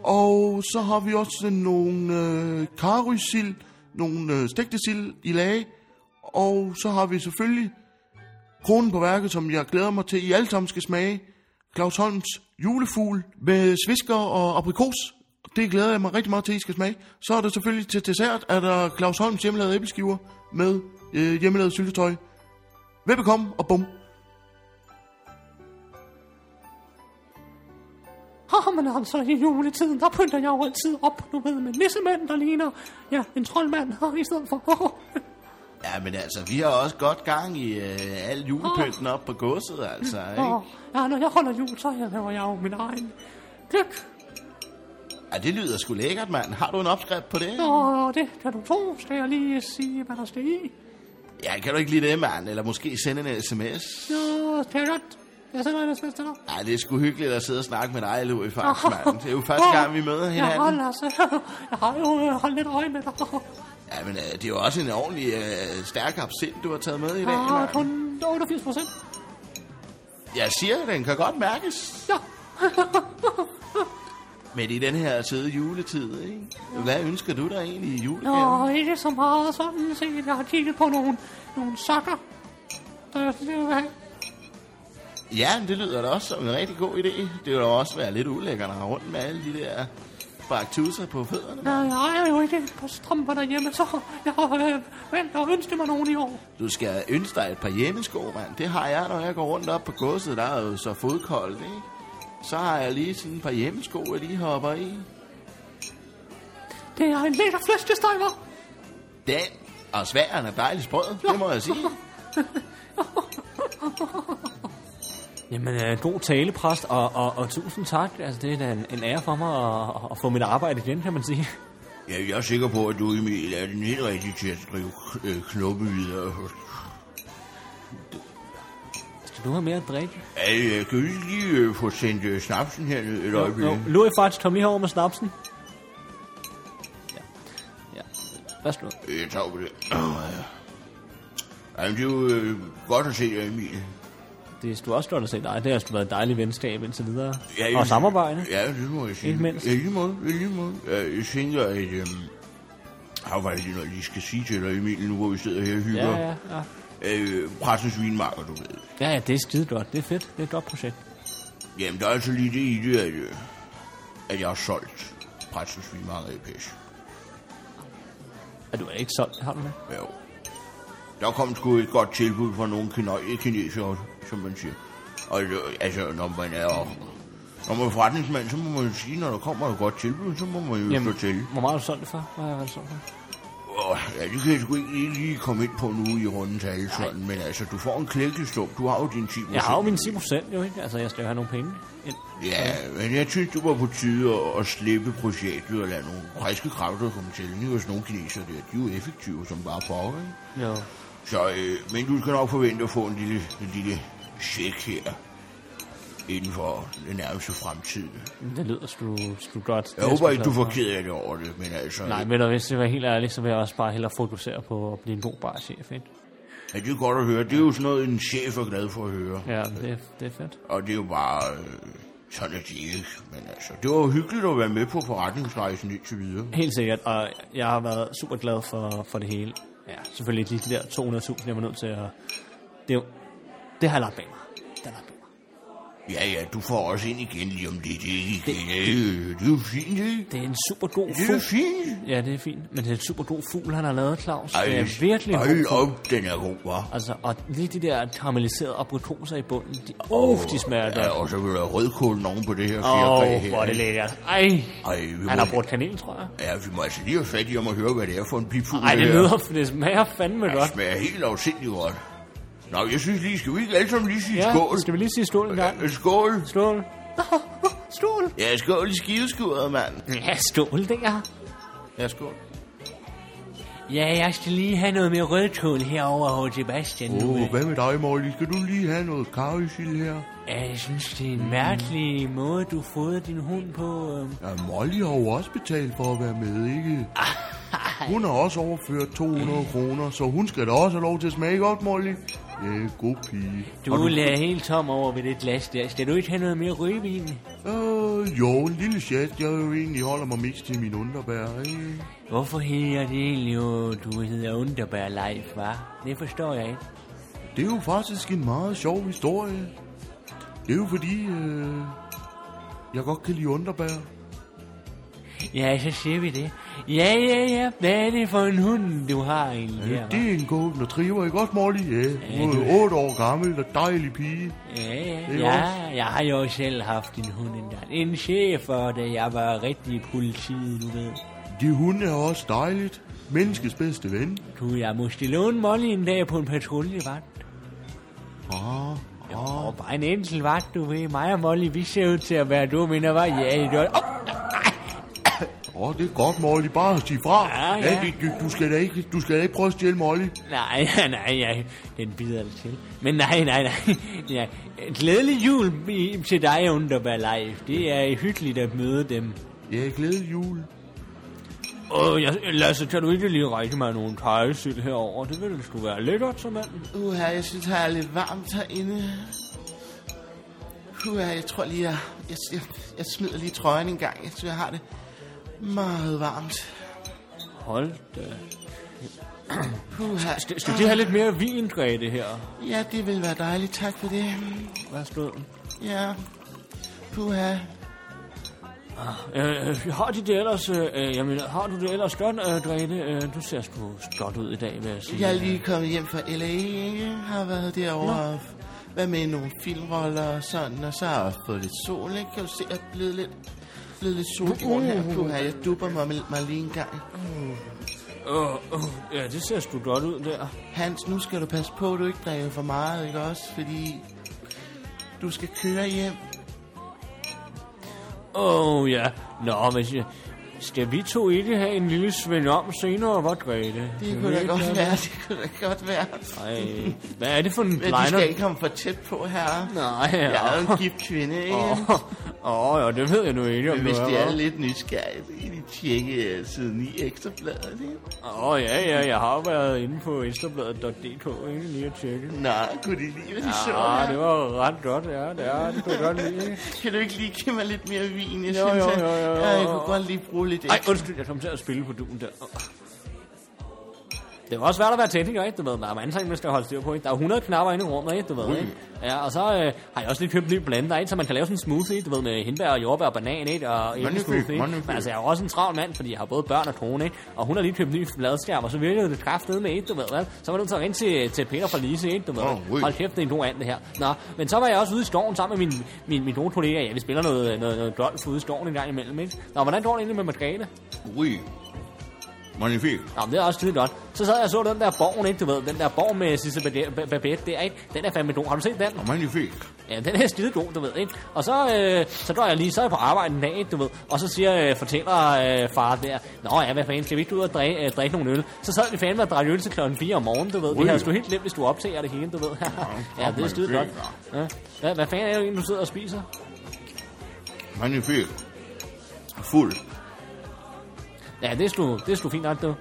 Speaker 3: Og så har vi også nogle øh, karysild, nogle øh, stegte sild i lage. Og så har vi selvfølgelig kronen på værket, som jeg glæder mig til, I alle sammen skal smage. Claus Holms julefugl med svisker og aprikos. Det glæder jeg mig rigtig meget til, I skal smage. Så er der selvfølgelig til dessert, er der Claus Holms hjemmelavede æbleskiver med øh, hjemmelavet syltetøj. Velbekomme og bum.
Speaker 4: Åh, men altså, i juletiden, der pynter jeg jo altid op, du ved, med nissemanden, der ligner, ja, en troldmand, og i stedet for, åh,
Speaker 3: Ja, men altså, vi har også godt gang i øh, al julepynten op på godset, altså,
Speaker 4: åh, ja, når jeg holder jul, så jeg laver jeg jo min egen gløk,
Speaker 3: Ja, det lyder sgu lækkert, mand. Har du en opskrift på det?
Speaker 4: og det kan du tro, skal jeg lige sige, hvad der skal i.
Speaker 3: Ja, kan du ikke lide det, mand? Eller måske sende en sms?
Speaker 4: Ja, skal jeg godt. Jeg sender ellers lidt til dig.
Speaker 3: Ej, det er sgu hyggeligt at sidde og snakke med dig, Louis, faktisk, mand. Det er jo første gang, vi møder
Speaker 4: Ja,
Speaker 3: hinanden.
Speaker 4: hold altså. Jeg har jo øh, holdt lidt øje med dig.
Speaker 3: Ja, men øh, det er jo også en ordentlig øh, stærk absint, du har taget med i dag,
Speaker 4: Jeg har
Speaker 3: mand.
Speaker 4: Ah, kun 88 procent.
Speaker 3: Jeg siger, den kan godt mærkes.
Speaker 4: Ja.
Speaker 3: Men i den her søde juletid, ikke? Hvad ønsker du dig egentlig i
Speaker 4: Nå,
Speaker 3: julegave?
Speaker 4: ikke så meget sådan set. Jeg har kigget på nogle, nogle sokker. Øh, Så jeg synes, jeg vil have.
Speaker 3: Ja, men det lyder da også som en rigtig god idé. Det vil da også være lidt ulækkert at have rundt med alle de der baktusser på fødderne.
Speaker 4: Nej, jeg ejer jo ikke et par strømper derhjemme, så jeg har øh, valgt at ønske mig nogen i år.
Speaker 3: Du skal ønske dig et par hjemmesko, mand. Det har jeg, når jeg går rundt op på godset, der er jo så fodkoldt, ikke? Så har jeg lige sådan et par hjemmesko, jeg lige hopper i.
Speaker 4: Det er en lækker flæskesteg,
Speaker 3: Den og sværen er dejligt sprød, det må jeg sige.
Speaker 2: Jamen, øh, god tale, præst, og, og, og tusind tak. Altså, det er da en, en ære for mig at, at få mit arbejde igen, kan man sige.
Speaker 1: Ja, jeg er sikker på, at du, Emil, er den helt rigtige til at skrive øh, knoppe videre.
Speaker 2: Skal du have mere at drikke?
Speaker 1: Ej, øh, kan vi lige øh, få sendt øh, snapsen herned et øjeblik?
Speaker 2: Jo, Louis, faktisk, kom lige herover med snapsen. Ja. Ja. Værsgo.
Speaker 1: Øh, Jeg tager på det. Åh, ja. Jamen, det er jo øh, godt at se dig, Emil.
Speaker 2: Det er sgu også godt at se dig. Det har sgu været et dejligt venskab indtil videre.
Speaker 1: Ja,
Speaker 2: og samarbejde.
Speaker 1: Ja, det må jeg sige.
Speaker 2: Ikke mindst.
Speaker 1: Ja, lige måde, ja, lige måde. Ja, jeg tænker, at øhm, har jo faktisk noget, jeg lige skal sige til dig, Emil, nu hvor vi sidder her og hygger.
Speaker 2: Ja, ja, ja.
Speaker 1: Øh, pressens vinmarker, du ved.
Speaker 2: Ja, ja, det er skide godt. Det er fedt. Det er et godt projekt.
Speaker 1: Jamen, der er altså lige det i det, at, øh, at jeg har solgt pressens vinmarker i Pæs.
Speaker 2: Og du er ikke solgt, har du det?
Speaker 1: Ja, jo. Der kom sgu et godt tilbud fra nogle kino- kinesere, som man siger. Og det- altså, når man er når man er forretningsmand, så må man jo sige, når der kommer et godt tilbud, så må man jo Jamen. slå til.
Speaker 2: hvor meget har du solgt det for? Hvad har du solgt det for?
Speaker 1: Åh, ja, det kan jeg sgu ikke lige- lige komme ind på nu i runden til alle sådan, men altså, du får en klækkestump, du har jo din 10
Speaker 2: Jeg har jo mine 10 procent, jo ikke? Altså, jeg skal jo have nogle penge ind.
Speaker 1: Ja, men jeg synes, det var på tide at, at slippe projektet og lade nogle friske kræfter komme til. Nu er sådan nogle kinesere der, de er jo effektive som bare pokker, ikke?
Speaker 2: Jo.
Speaker 1: Så, øh, men du skal nok forvente at få en lille, en lille check her inden for den nærmeste fremtid.
Speaker 2: Det lyder sgu, sgu godt. Det er
Speaker 1: Jeg håber
Speaker 2: sgu
Speaker 1: ikke, du
Speaker 2: glad for.
Speaker 1: får ked af det over det, men altså,
Speaker 2: Nej, men hvis jeg var helt ærlig, så vil jeg også bare hellere fokusere på at blive en god barchef, ikke?
Speaker 1: ja, det er godt at høre. Det er jo sådan noget, en chef er glad for at høre.
Speaker 2: Ja, det, er- det er fedt.
Speaker 1: Og det er jo bare øh, sådan, at det ikke. Men altså, det var jo hyggeligt at være med på forretningsrejsen indtil videre.
Speaker 2: Helt sikkert, og jeg har været super glad for, for det hele. Ja, selvfølgelig lige de der 200.000, jeg var nødt til at... Det, er jo- det har jeg lagt bag mig. Det har jeg lagt bag mig.
Speaker 1: Ja, ja, du får også ind igen lige om lidt. Ikke? Det, det, det er jo fint, ikke?
Speaker 2: Det er en super god
Speaker 1: Det er jo
Speaker 2: fugl.
Speaker 1: fint.
Speaker 2: Ja, det er fint. Men det er en super god fugl, han har lavet, Claus.
Speaker 1: Ej,
Speaker 2: det er virkelig en god
Speaker 1: hold
Speaker 2: fugl.
Speaker 1: op, den er god, hva'?
Speaker 2: Altså, og lige de der karamelliserede aprikoser i bunden, de, oh, de smager
Speaker 1: Ja,
Speaker 2: godt.
Speaker 1: og så vil der rødkål oven på det her
Speaker 2: Åh,
Speaker 1: fjerkræ
Speaker 2: oh,
Speaker 1: her.
Speaker 2: hvor er det
Speaker 1: ikke?
Speaker 2: lækkert. Ej,
Speaker 1: Ej, vi
Speaker 2: han har
Speaker 1: må,
Speaker 2: brugt kanel, tror jeg.
Speaker 1: ja, vi må altså lige have fat i om at høre, hvad det er for en pipfugl.
Speaker 2: Ej, det
Speaker 1: her.
Speaker 2: lyder, det smager fandme
Speaker 1: Det
Speaker 2: godt.
Speaker 1: smager helt afsindigt godt. Nå, jeg synes lige, skal vi ikke alle sammen lige sige skål?
Speaker 2: Ja, skal vi lige sige skål en gang?
Speaker 1: Ja, skål.
Speaker 2: Skål.
Speaker 4: Stol.
Speaker 3: Ja, skål i skiveskuret, mand.
Speaker 2: Ja, skål der.
Speaker 3: Ja, skål.
Speaker 2: Ja, jeg skal lige have noget mere rødkål herover hos Sebastian nu.
Speaker 1: Åh, hvad med dig, Molly? Skal du lige have noget karrysild her?
Speaker 2: Ja, jeg synes, det er en mærkelig måde, du fodrer din hund på. øhm.
Speaker 1: Ja, Molly har jo også betalt for at være med, ikke? Hun har også overført 200 kroner, så hun skal da også have lov til at smage godt, Molly. Ja, god pige.
Speaker 2: Du lader helt tom over ved det glas der. Skal du ikke have noget mere rødvin?
Speaker 1: Øh, jo, en lille chat. Jeg jo egentlig holder mig mest til min underbær, ikke?
Speaker 2: Hvorfor hedder det egentlig, jo, du hedder Underbær Leif, hva? Det forstår jeg ikke.
Speaker 1: Det er jo faktisk en meget sjov historie. Det er jo fordi, øh, jeg godt kan lide underbær.
Speaker 2: Ja, så siger vi det. Ja, ja, ja. Hvad er det for en hund, du har egentlig her, hva?
Speaker 1: Det er en golden retriever, ikke også, Molly? Ja, hun
Speaker 2: du-
Speaker 1: er 8 år gammel og dejlig pige.
Speaker 2: Ja, ja,
Speaker 1: Ikke
Speaker 2: ja. Jeg har jo selv haft en hund engang. En chef, og da jeg var rigtig i politiet, du ved.
Speaker 1: De hunde er også dejligt. Menneskets bedste ven.
Speaker 2: Du, jeg måske låne Molly en dag på en patruljevagt. Ah, ah. Jo, bare en enkelt vagt, du ved. Mig og Molly, vi ser ud til at være dumme, men der var ja i døren. Oh,
Speaker 1: Åh,
Speaker 3: Åh, det er godt, Molly. Bare sig fra.
Speaker 2: Ja, ja.
Speaker 3: det- Du, du, skal da ikke, du skal da ikke prøve at stjæle Molly.
Speaker 2: Nej, <laughs> nej, nej. Den bider det til. Men nej, nej, nej. <laughs> Ja. Glædelig jul i- til dig, Underbær Live. Det er hyggeligt at møde dem.
Speaker 3: Ja, glædelig jul.
Speaker 2: Åh, jeg, Lasse, kan du ikke lige række mig nogle tejesil herover? Det ville sgu være lækkert, som manden.
Speaker 3: Uha, jeg synes, det er lidt varmt herinde. Uha, jeg tror lige, jeg, jeg, jeg, jeg smider lige trøjen en gang. Jeg synes, jeg har det meget varmt.
Speaker 2: Hold da.
Speaker 3: Uha.
Speaker 2: Skal, skal de have lidt mere vin, Grete, her?
Speaker 3: Ja, det vil være dejligt. Tak for det.
Speaker 2: Værsgo.
Speaker 3: Ja. Uha.
Speaker 2: Øh, har de det ellers, øh, jamen, har du det ellers godt, øh, Grete? Øh, du ser sgu godt ud i dag, vil jeg sige.
Speaker 3: Jeg er lige kommet hjem fra L.A., ikke? Har været derovre og f- været med i nogle filmroller og sådan, og så har jeg også fået lidt sol, ikke? Kan du se, jeg er blevet lidt, blevet lidt solbrun her. Puha, jeg dupper mig, mig lige en gang.
Speaker 2: Åh, åh, ja, det ser sgu godt ud der.
Speaker 3: Hans, nu skal du passe på, at du ikke drikker for meget, ikke også? Fordi du skal køre hjem.
Speaker 2: Åh, oh, ja. Nå, men øh, skal vi to ikke have en lille svend om senere, hvor Grete?
Speaker 3: Det kunne da <laughs> godt være, det kunne da godt være.
Speaker 2: Nej, hvad er det for en
Speaker 3: Men du
Speaker 2: blinder?
Speaker 3: skal ikke komme for tæt på her.
Speaker 2: Nej,
Speaker 3: Jeg er jo
Speaker 2: ja.
Speaker 3: en gift kvinde, ikke?
Speaker 2: Åh, åh, ja, det ved jeg nu ikke, om
Speaker 3: Men hvis
Speaker 2: du
Speaker 3: det er
Speaker 2: hva'?
Speaker 3: lidt nysgerrigt, så kan de tjekke øh, side 9 ekstrabladet, ikke?
Speaker 2: Åh, oh, ja, ja, jeg har jo været inde på ekstrabladet.dk, ikke lige at tjekke.
Speaker 3: Nå, kunne de lide, hvad de så
Speaker 2: Ah, det
Speaker 3: her?
Speaker 2: var ret godt, ja, det er, det kunne jeg godt lide.
Speaker 3: Kan du ikke lige give mig lidt mere vin? Jeg
Speaker 2: Jo,
Speaker 3: synes,
Speaker 2: jo,
Speaker 3: at-
Speaker 2: jo, jo, jo.
Speaker 3: Ja, jeg kunne godt lige bruge lidt
Speaker 2: Ej,
Speaker 3: ekstra.
Speaker 2: undskyld, jeg kom til at spille på duen der. Åh. Det var også svært at være tekniker, ikke? Du ved, der er mange ting, man skal holde styr på, ikke? Der er 100 knapper inde i rummet, ikke? Du ved, ikke? Ja, og så øh, har jeg også lige købt en ny blender, ikke? Så man kan lave sådan en smoothie, du ved, med hindbær og jordbær og banan, ikke? Og en
Speaker 3: Magnifique,
Speaker 2: smoothie, ikke? Men
Speaker 3: magnifique.
Speaker 2: altså, jeg er jo også en travl mand, fordi jeg har både børn og kone, ikke? Og hun har lige købt en ny fladskærm, og så virkede det kraftede med, ikke? Du ved, hvad? Så var du nødt til at ringe til, til Peter fra Lise, ikke? Du ved,
Speaker 3: Åh, ui.
Speaker 2: Hold kæft, det er en god and, det her. Nå, men så var jeg også ude i skoven sammen med min, min, min gode kollega. Ja, vi spiller noget, noget, noget golf ude i skoven en gang imellem, ikke? Nå, hvordan går det egentlig med Margrethe?
Speaker 1: Ui. Magnifikt.
Speaker 2: Nå, men det er også skide godt. Så sad jeg og så den der borgen, ikke? Du ved, den der borg med Sisse Babette der, ikke? Den er fandme god. Har du set den?
Speaker 1: Og magnifikt.
Speaker 2: Ja, den er skide god, du ved, ikke? Og så, øh, så går jeg lige, så er jeg på arbejde en dag, ikke, du ved. Og så siger, øh, fortæller øh, far der, Nå ja, hvad fanden, skal vi ikke ud og drikke, øh, drikke nogle øl? Så sad vi fandme og drak øl til klokken 4 om morgenen, du ved. Det
Speaker 1: Ui.
Speaker 2: havde sgu helt glemt, hvis du optager det hele, du ved. ja, det er skide godt. Ja. Hvad, hvad fanden er det, egentlig, du sidder og spiser?
Speaker 1: Magnifikt. Fuld.
Speaker 2: Ja, det er sgu, det er sgu fint nok, du.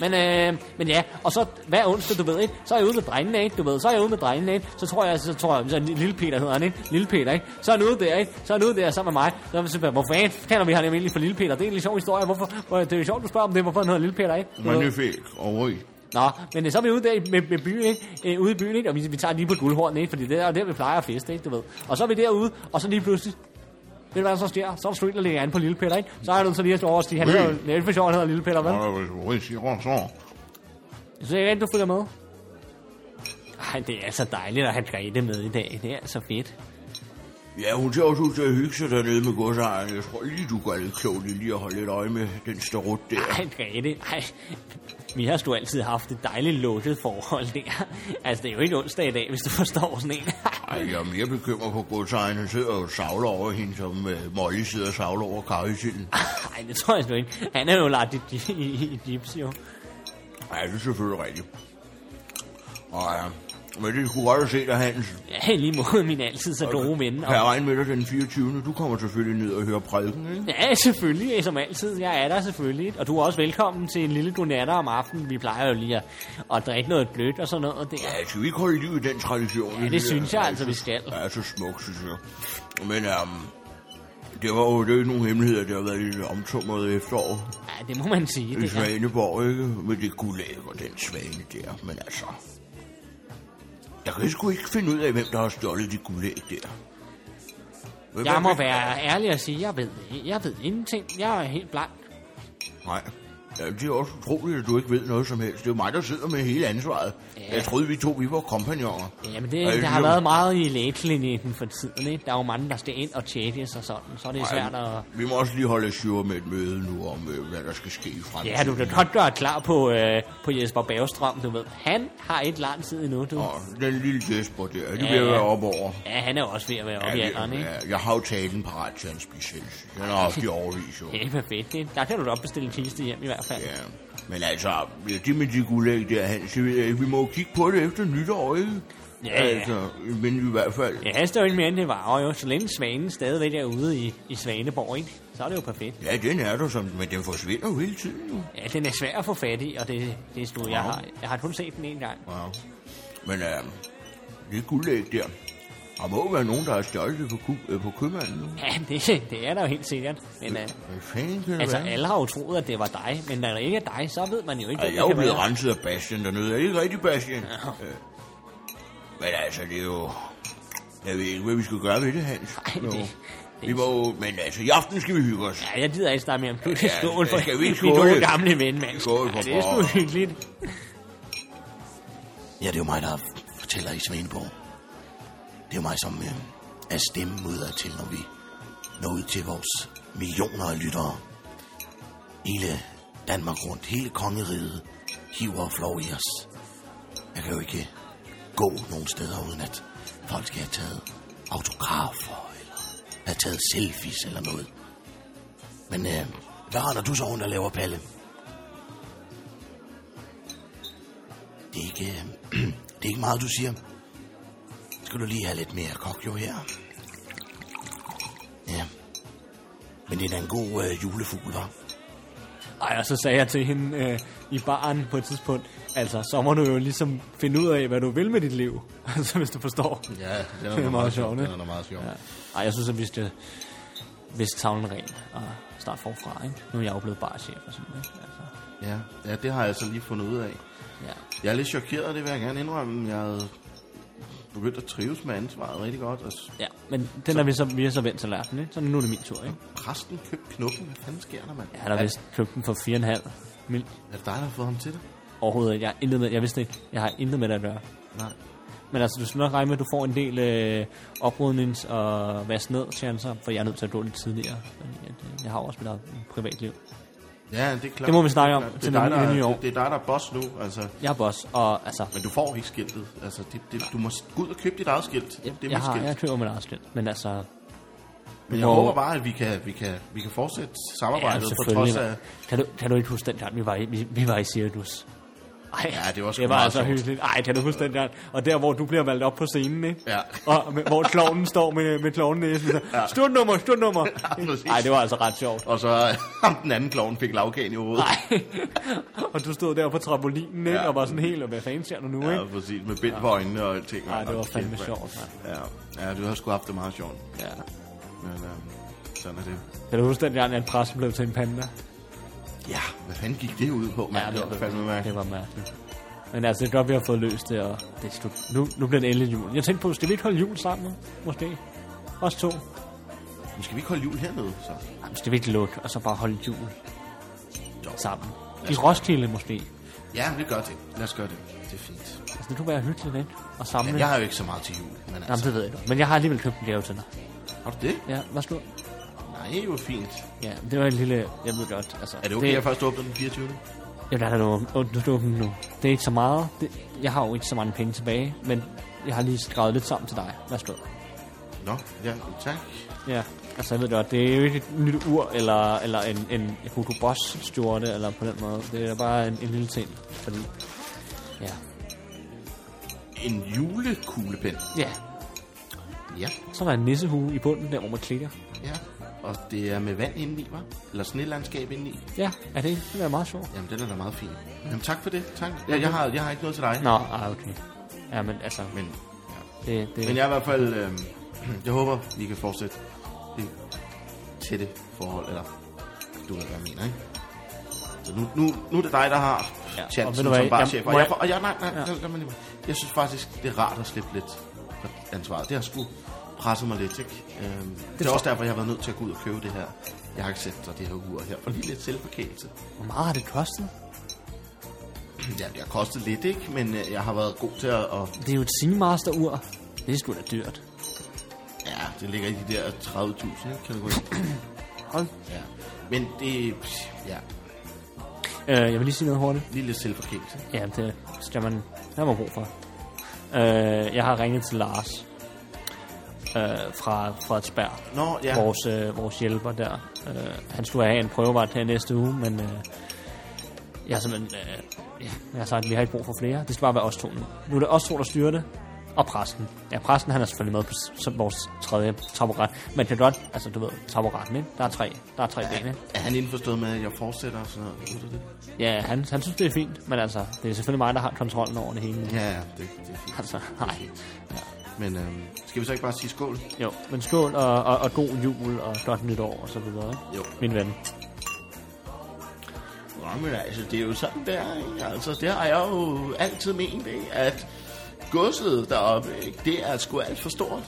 Speaker 2: Men, øh, men ja, og så hver onsdag, du ved, ikke? Så er jeg ude med drengene, ikke? Du ved, så er jeg ude med drengene, ikke? Så tror jeg, så tror jeg, så lille Peter hedder han, ikke? Lille Peter, ikke? Så er han ude der, ikke? Så er han ude der sammen med mig. Så er man simpelthen, hvorfor fanden kalder vi ham egentlig for Lille Peter? Det er en lidt sjov historie. Hvorfor, hvor, det er jo sjovt, du spørger om det, hvorfor han hedder Lille Peter, ikke? Du ved.
Speaker 1: Magnifikt. Og ui.
Speaker 2: Nå, men øh, så er vi ude der i- med, med byen, ikke? Øh, ude i byen, ikke? Og vi, vi tager lige på guldhorn, ikke? Fordi det er jo der, vi plejer at feste, ikke? Du ved. Og så er vi derude, og så lige pludselig... Ved du, hvad der så sker? Så er der sgu en, der ligger an på Lille Peter, ikke? Så er du så lige at stå over og sige, han hedder, jo- det er ikke for sjovt, han hedder Lille Peter, vel?
Speaker 1: Og der var rigtig rart
Speaker 2: Så jeg rent, du følger med. Ej, det er så dejligt at have Grete med i dag. Det er så fedt.
Speaker 1: Ja, hun ser også ud til at hygge sig dernede med godsejeren. Jeg tror lige, du gør lidt klogt i lige at holde lidt øje med den starut der.
Speaker 2: Ej, Grete, ej. Vi har sgu altid haft et dejligt lukket forhold der. Altså, det er jo ikke onsdag i dag, hvis du forstår sådan en. <laughs>
Speaker 1: Ej, jeg er mere bekymret for godsejeren. Han sidder og savler over hende, som uh, Molly sidder og savler over kaffesilden.
Speaker 2: Ej, det tror jeg sgu ikke. Han er jo lagt i, i, i, i gyps, jo.
Speaker 1: Ja, det er selvfølgelig rigtigt. Og ja, men det skulle godt at se dig, Hans.
Speaker 2: Ja, i lige mod min altid så gode ven.
Speaker 1: Jeg
Speaker 2: Og,
Speaker 1: regner med dig den 24. Du kommer selvfølgelig ned og hører prædiken, ikke?
Speaker 2: ja, selvfølgelig, som altid. Jeg er der selvfølgelig. Og du er også velkommen til en lille godnatter om aftenen. Vi plejer jo lige at, at drikke noget blødt og sådan noget der.
Speaker 1: Ja, skal vi ikke holde liv i den tradition?
Speaker 2: Ja, det synes jeg altså, vi skal.
Speaker 1: Det er så smukt, synes jeg. Men um, det var jo det er jo ikke nogen hemmeligheder, det har været lidt omtumret efterår
Speaker 2: Ja, det må man sige.
Speaker 1: i
Speaker 2: Det er.
Speaker 1: Svaneborg, ikke? Med det gulag og den svane der, men altså... Jeg kan sgu ikke finde ud af, hvem der har stjålet det gulag der. Hvem er
Speaker 2: Jeg må
Speaker 1: det?
Speaker 2: være ærlig og sige, jeg ved, jeg ved ingenting. Jeg er helt blank.
Speaker 1: Nej. Ja, det er også utroligt, at du ikke ved noget som helst. Det er jo mig, der sidder med hele ansvaret. Ja. Jeg troede, vi to vi var kompagnoner.
Speaker 2: Ja, men
Speaker 1: Ej,
Speaker 2: det, der har
Speaker 1: jo.
Speaker 2: været meget i lægeklinikken for tiden, ikke? Der er jo mange, der skal ind og tjekkes og sådan, så er det svært at...
Speaker 1: Vi må også lige holde sur med et møde nu om, øh, hvad der skal ske i fremtiden.
Speaker 2: Ja, du kan godt gøre klar på, øh, på Jesper Bagstrøm, du ved. Han har ikke lang tid endnu, du.
Speaker 1: Og den lille Jesper der, det
Speaker 2: Ja,
Speaker 1: ja, vil jeg
Speaker 2: ja.
Speaker 1: være op over.
Speaker 2: Ja, han er også ved at være
Speaker 1: Ja,
Speaker 2: oppe i alderen,
Speaker 1: det-
Speaker 2: ikke?
Speaker 1: ja, jeg har jo talen parat til hans specielt. Den er ofte i overvis, jo.
Speaker 2: Ja, perfekt. ikke? Der kan du da godt bestille en kiste hjem i hvert fald.
Speaker 1: Ja. Men altså, ja, det med de guldæg der, Hans, jeg ved ikke, vi må jo kigge på det efter nytår, ikke?
Speaker 2: Ja, ja.
Speaker 1: Altså, men i hvert fald,
Speaker 2: Ja, han står ikke mere end det varer jo. Så længe svanen stadigvæk er ude i, i Svaneborg, ikke? så er det jo perfekt.
Speaker 1: ja, den er der, som, men den forsvinder jo hele tiden, jo.
Speaker 2: Ja, den er svær at få fat i, og det, det er sgu, jeg, har, jeg har kun set den en gang.
Speaker 1: Ja. Men øh, det guldæg der, der må jo være nogen, der har stjålet det på, ku- øh, på købmanden nu.
Speaker 2: Ja, det, det er der jo helt sikkert. Men uh,
Speaker 1: Hvad fanden kan det
Speaker 2: altså,
Speaker 1: være?
Speaker 2: alle har jo troet, at det var dig, men når det ikke er dig, så ved man jo ikke,
Speaker 1: Altså, jeg er jo blevet renset af Bastian dernede. Er det ikke rigtigt, Bastian? Øh. Men altså, det er jo... Jeg ved ikke, hvad vi skal gøre ved det, Hans.
Speaker 2: Nej,
Speaker 1: Jo.
Speaker 2: det-
Speaker 1: Vi må jo... Men altså, i aften skal vi hygge os.
Speaker 2: Ja, jeg gider ikke snakke mere om det.
Speaker 1: Ja,
Speaker 2: Ja, skål for
Speaker 1: skal vi ikke
Speaker 2: min
Speaker 1: skåle?
Speaker 2: gode gamle ven, mand.
Speaker 1: Skål for
Speaker 2: ja, det er
Speaker 1: pokker.
Speaker 2: sgu hyggeligt.
Speaker 3: Ja, det er jo mig, der fortæller i Svaneborg. Det er jo mig, som øh, er stemmen udad til, når vi når ud til vores millioner af lyttere. Hele Danmark rundt, hele kongeriget hiver og flår i os. Jeg kan jo ikke gå nogen steder, uden at folk skal have taget autografer, eller have taget selfies eller noget. Men øh, hvad render du så rundt og laver, Palle? Det er ikke, <clears throat> øh, det er ikke meget, du siger. Skal du lige have lidt mere kokjo her? Ja. Men det er da en god øh, julefugl, var.
Speaker 2: Ej, og så sagde jeg til hende øh, i baren på et tidspunkt, altså, så må du jo ligesom finde ud af, hvad du vil med dit liv. <laughs> Altså, hvis du forstår.
Speaker 3: Ja,
Speaker 2: Det er meget sjovt, ikke?
Speaker 3: er meget sjovt.
Speaker 2: Ja. Ej, jeg synes, at vi skal viske tavlen ren og starte forfra, ikke? Nu er jeg jo blevet barchef og sådan, ikke? Altså,
Speaker 3: Ja. ja, det har jeg altså lige fundet ud af.
Speaker 2: ja.
Speaker 3: Jeg er lidt chokeret, det vil jeg gerne indrømme. Jeg havde begyndt at trives med ansvaret rigtig godt. Og s-
Speaker 2: ja. men den er vi så, vi er så vendt til lærten, ikke? Så nu er det min tur, ikke?
Speaker 3: præsten købte knuppen. Hvad fanden sker der, mand?
Speaker 2: Jeg har da vist købt den for 4,5 mil.
Speaker 3: Er det dig, der har fået ham til det?
Speaker 2: Overhovedet ikke. Jeg har intet med, jeg vidste ikke, jeg har intet med det at gøre.
Speaker 3: Nej.
Speaker 2: Men altså, du skal nok regne med, at du får en del øh, oprydnings- og vask ned chancer, for jeg er nødt til at gå lidt tidligere. Fordi at, øh, jeg har jo også mit eget privatliv.
Speaker 3: Ja, det er klart.
Speaker 2: Det må vi snakke om
Speaker 3: Det er
Speaker 2: til
Speaker 3: dig,
Speaker 2: den- i det nye
Speaker 3: der,
Speaker 2: år.
Speaker 3: det, det er dig, der er boss nu, altså.
Speaker 2: Jeg er boss, og altså,
Speaker 3: Men du får ikke skiltet. Altså, det, det, du må s- gå ud og købe dit eget skilt. Det, det er
Speaker 2: jeg,
Speaker 3: mit
Speaker 2: har,
Speaker 3: skilt.
Speaker 2: jeg køber mit eget skilt. Men altså,
Speaker 3: Men jeg
Speaker 2: Hvor-
Speaker 3: håber bare, at vi kan, vi kan, vi kan fortsætte samarbejdet ja, på trods af...
Speaker 2: Kan du, kan du ikke huske den gang, vi var i, vi, vi var i Circus? Ej,
Speaker 3: Ja, det var sgu
Speaker 2: det var
Speaker 3: meget
Speaker 2: altså
Speaker 3: sjovt.
Speaker 2: hyggeligt. Ej, kan du huske den gang? Og der, hvor du bliver valgt op på scenen, ikke?
Speaker 3: Ja.
Speaker 2: Og med, hvor klovnen står med, med klovnen næsen. Ja. Stundnummer, stundnummer.
Speaker 3: <laughs> Ja, præcis.
Speaker 2: Ej, det var altså ret sjovt.
Speaker 3: Og så <laughs> ham den anden klovn fik lavkagen i hovedet.
Speaker 2: Nej. og du stod der på trampolinen, ikke?
Speaker 3: Ja.
Speaker 2: Ja. Og var sådan helt, og hvad fanden ser du nu, ikke?
Speaker 3: Ja, præcis. Med bind på øjnene og ting.
Speaker 2: Nej, det var
Speaker 3: Hold
Speaker 2: fandme
Speaker 3: kæft,
Speaker 2: sjovt, mand.
Speaker 3: mand. Ja, ja, du har sgu haft det meget sjovt.
Speaker 2: Ja.
Speaker 3: Men øhm, sådan er det.
Speaker 2: Kan du huske den gang, at pressen blev til en panda?
Speaker 3: Ja, hvad fanden gik det ud på, mand? Ja, det var fandme
Speaker 2: det
Speaker 3: mærkeligt.
Speaker 2: var mærkeligt. Men altså, det er godt, vi har fået løst det, og det er slut. Nu, nu bliver det endelig jul. Jeg tænkte på, skal vi ikke holde jul sammen, måske? Os to.
Speaker 3: Men skal vi ikke holde jul hernede, så?
Speaker 2: Jamen, skal vi ikke lukke, og så bare holde jul
Speaker 3: Jo.
Speaker 2: sammen? I Roskilde, måske.
Speaker 3: Ja, vi gør det. Lad os gøre det. Det er fint.
Speaker 2: Altså, det kunne være hyggeligt, ikke? Og samle.
Speaker 3: Men jeg har jo ikke så meget til jul. Men
Speaker 2: Jamen,
Speaker 3: altså,
Speaker 2: det ved jeg godt. Men jeg har alligevel købt en gave til dig.
Speaker 3: har du det?
Speaker 2: Ja, værsgo.
Speaker 3: Nej, det er jo fint.
Speaker 2: Ja, det var en lille... Jeg ved godt, altså...
Speaker 3: Er det okay, at jeg først åbner den 24.
Speaker 2: Jamen, der er noget åbent nu. Det er ikke så meget. Det, jeg har jo ikke så mange penge tilbage, men jeg har lige skrevet lidt sammen til dig. Værsgo.
Speaker 3: Nå, ja, tak.
Speaker 2: Ja, altså jeg ved godt, det er jo ikke et nyt ur, eller, eller en, en Hugo Boss stjorte, eller på den måde. Det er bare en, en lille ting, fordi... Ja.
Speaker 3: En julekuglepen.
Speaker 2: Ja,
Speaker 3: Ja.
Speaker 2: så var der en nissehue i bunden, der hvor man klikker.
Speaker 3: Ja, og det er med vand indeni, var? Eller snelandskab indeni.
Speaker 2: Ja, er det ikke? Det er meget sjovt.
Speaker 3: Jamen, den er da meget fin. Jamen, tak for det. Tak. Ja, jeg, har, jeg har ikke noget til dig.
Speaker 2: Nå, ah, okay. Ja, men altså,
Speaker 3: Men,
Speaker 2: det, det,
Speaker 3: men jeg er i hvert fald... Øh, <clears throat> jeg håber, vi kan fortsætte det tætte forhold. Eller, du ved, hvad jeg mener, ikke? Så nu, nu, nu er det dig, der har
Speaker 2: Ja, og
Speaker 3: chancen
Speaker 2: ved du
Speaker 3: som
Speaker 2: hvad,
Speaker 3: bare
Speaker 2: jeg-
Speaker 3: chef.
Speaker 2: må
Speaker 3: Og jeg,
Speaker 2: jeg-
Speaker 3: og jeg, nej, nej,
Speaker 2: Ja.
Speaker 3: ja. lad mig lige, jeg synes faktisk, det er rart at slippe lidt for ansvaret. Det har sgu presset mig lidt, ikke? Øhm, det, det er
Speaker 2: tror-
Speaker 3: også derfor, jeg har været nødt til at gå ud og købe det her Jeg har ikke set dig det her ur her, for lige lidt selvforkælelse.
Speaker 2: Hvor meget har det kostet?
Speaker 3: Ja, det har kostet lidt, ikke? Men øh, jeg har været god til at... at
Speaker 2: Det er jo et Singmaster-ur. Det er sgu da dyrt.
Speaker 3: ja, det ligger i de der 30.000, ikke? Kan du gå <clears throat> Hold. Ja. Men det... Ja,
Speaker 2: Øh, jeg vil lige sige noget hurtigt.
Speaker 3: lige lidt selvforkælelse.
Speaker 2: Ja, det skal man, det har man brug for. Øh, jeg har ringet til Lars øh, fra Frederiksberg.
Speaker 3: Nå, ja.
Speaker 2: Vores, øh, vores hjælper der. Øh, han skulle have en prøvevagt her næste uge, men øh, jeg har simpelthen øh, ja, jeg har sagt, at vi har ikke brug for flere. Det skal bare være os to nu. Nu er det os to, der styrer det. Og præsten. Ja, præsten han er selvfølgelig med på s- som vores tredje taburet. Men det er godt, altså du ved, taburetten, ikke? Der er tre, der er tre ben, ikke?
Speaker 3: Er han indforstået med, at jeg fortsætter og sådan noget? Ved du det?
Speaker 2: Ja, han, han synes, det er fint, men altså, det er selvfølgelig mig, der har kontrollen over det hele.
Speaker 3: Ja, ja, det, det er fint.
Speaker 2: Altså, nej.
Speaker 3: Men øhm, skal vi så ikke bare sige skål?
Speaker 2: Jo, men skål og, og, og god jul og godt nytår og så videre, ikke?
Speaker 3: Jo.
Speaker 2: Min ven.
Speaker 3: Nå, men altså, det er jo sådan der, ikke? Altså, det har jeg jo altid ment, ikke? At godset deroppe, ikke? Det er sgu alt for stort.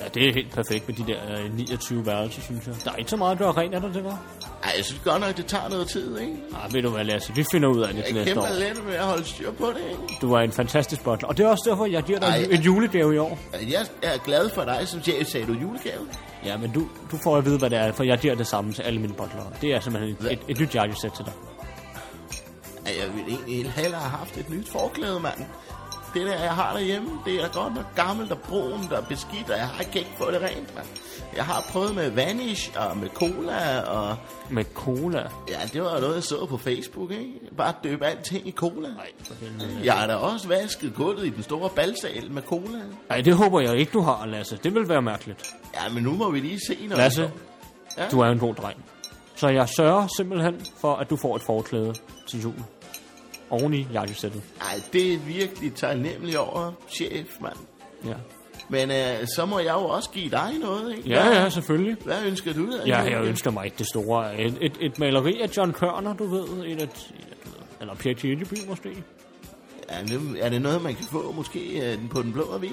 Speaker 2: Ja, det er helt perfekt med de der øh, 29 værelser, synes jeg. Der er ikke så meget at gøre rent, er der det var?
Speaker 3: Ej, jeg synes godt nok, det tager noget tid, ikke?
Speaker 2: Nej, Ah, ved du hvad, Lasse, vi finder ud af det
Speaker 3: Jeg
Speaker 2: til næste
Speaker 3: kæmper
Speaker 2: år.
Speaker 3: lidt med at holde styr på det, ikke?
Speaker 2: Du er en fantastisk butler, og det er også derfor, jeg giver dig
Speaker 3: Ej.
Speaker 2: en, en julegave i år.
Speaker 3: Jeg er glad for dig, som chef, sagde du julegave.
Speaker 2: Ja, men du, du får at vide, hvad det er, for jeg giver det samme til alle mine butlere. Det er simpelthen et,
Speaker 3: Hvad?
Speaker 2: et, et nyt jakkesæt til dig.
Speaker 3: Ej, jeg ville egentlig hellere have haft et nyt forklæde, mand. Det der, jeg har derhjemme, det er godt nok gammelt og brunt og beskidt, og jeg har ikke ikke fået det rent, mand. Jeg har prøvet med vanish og med cola, og
Speaker 2: Med cola.
Speaker 3: ja, det var noget, jeg så på Facebook, ikke? Bare døbe alting i cola.
Speaker 2: Nej, for helvede.
Speaker 3: Jeg har da også vasket gulvet i den store balsal med cola.
Speaker 2: Ej, det håber jeg ikke, du har, Lasse. Det vil være mærkeligt.
Speaker 3: Ja, men nu må vi lige se, når
Speaker 2: Lasse,
Speaker 3: Ja?
Speaker 2: du er en god dreng. Så jeg sørger simpelthen for, at du får et forklæde til jul. Oven i jakkesættet.
Speaker 3: Ej, det er virkelig taknemmelig over, chef, mand.
Speaker 2: Ja.
Speaker 3: Men øh, så må jeg jo også give dig noget, ikke?
Speaker 2: ja,
Speaker 3: Hvad-
Speaker 2: ja, selvfølgelig.
Speaker 3: Hvad ønsker du dig?
Speaker 2: Ja, jeg ønsker mig ikke det store. Et, et, et maleri af John Kørner, du ved. Et, et, et, eller Per Tjelleby måske. <laughs>
Speaker 3: Er det, er det noget, man kan få måske øh, den- på den blå avis?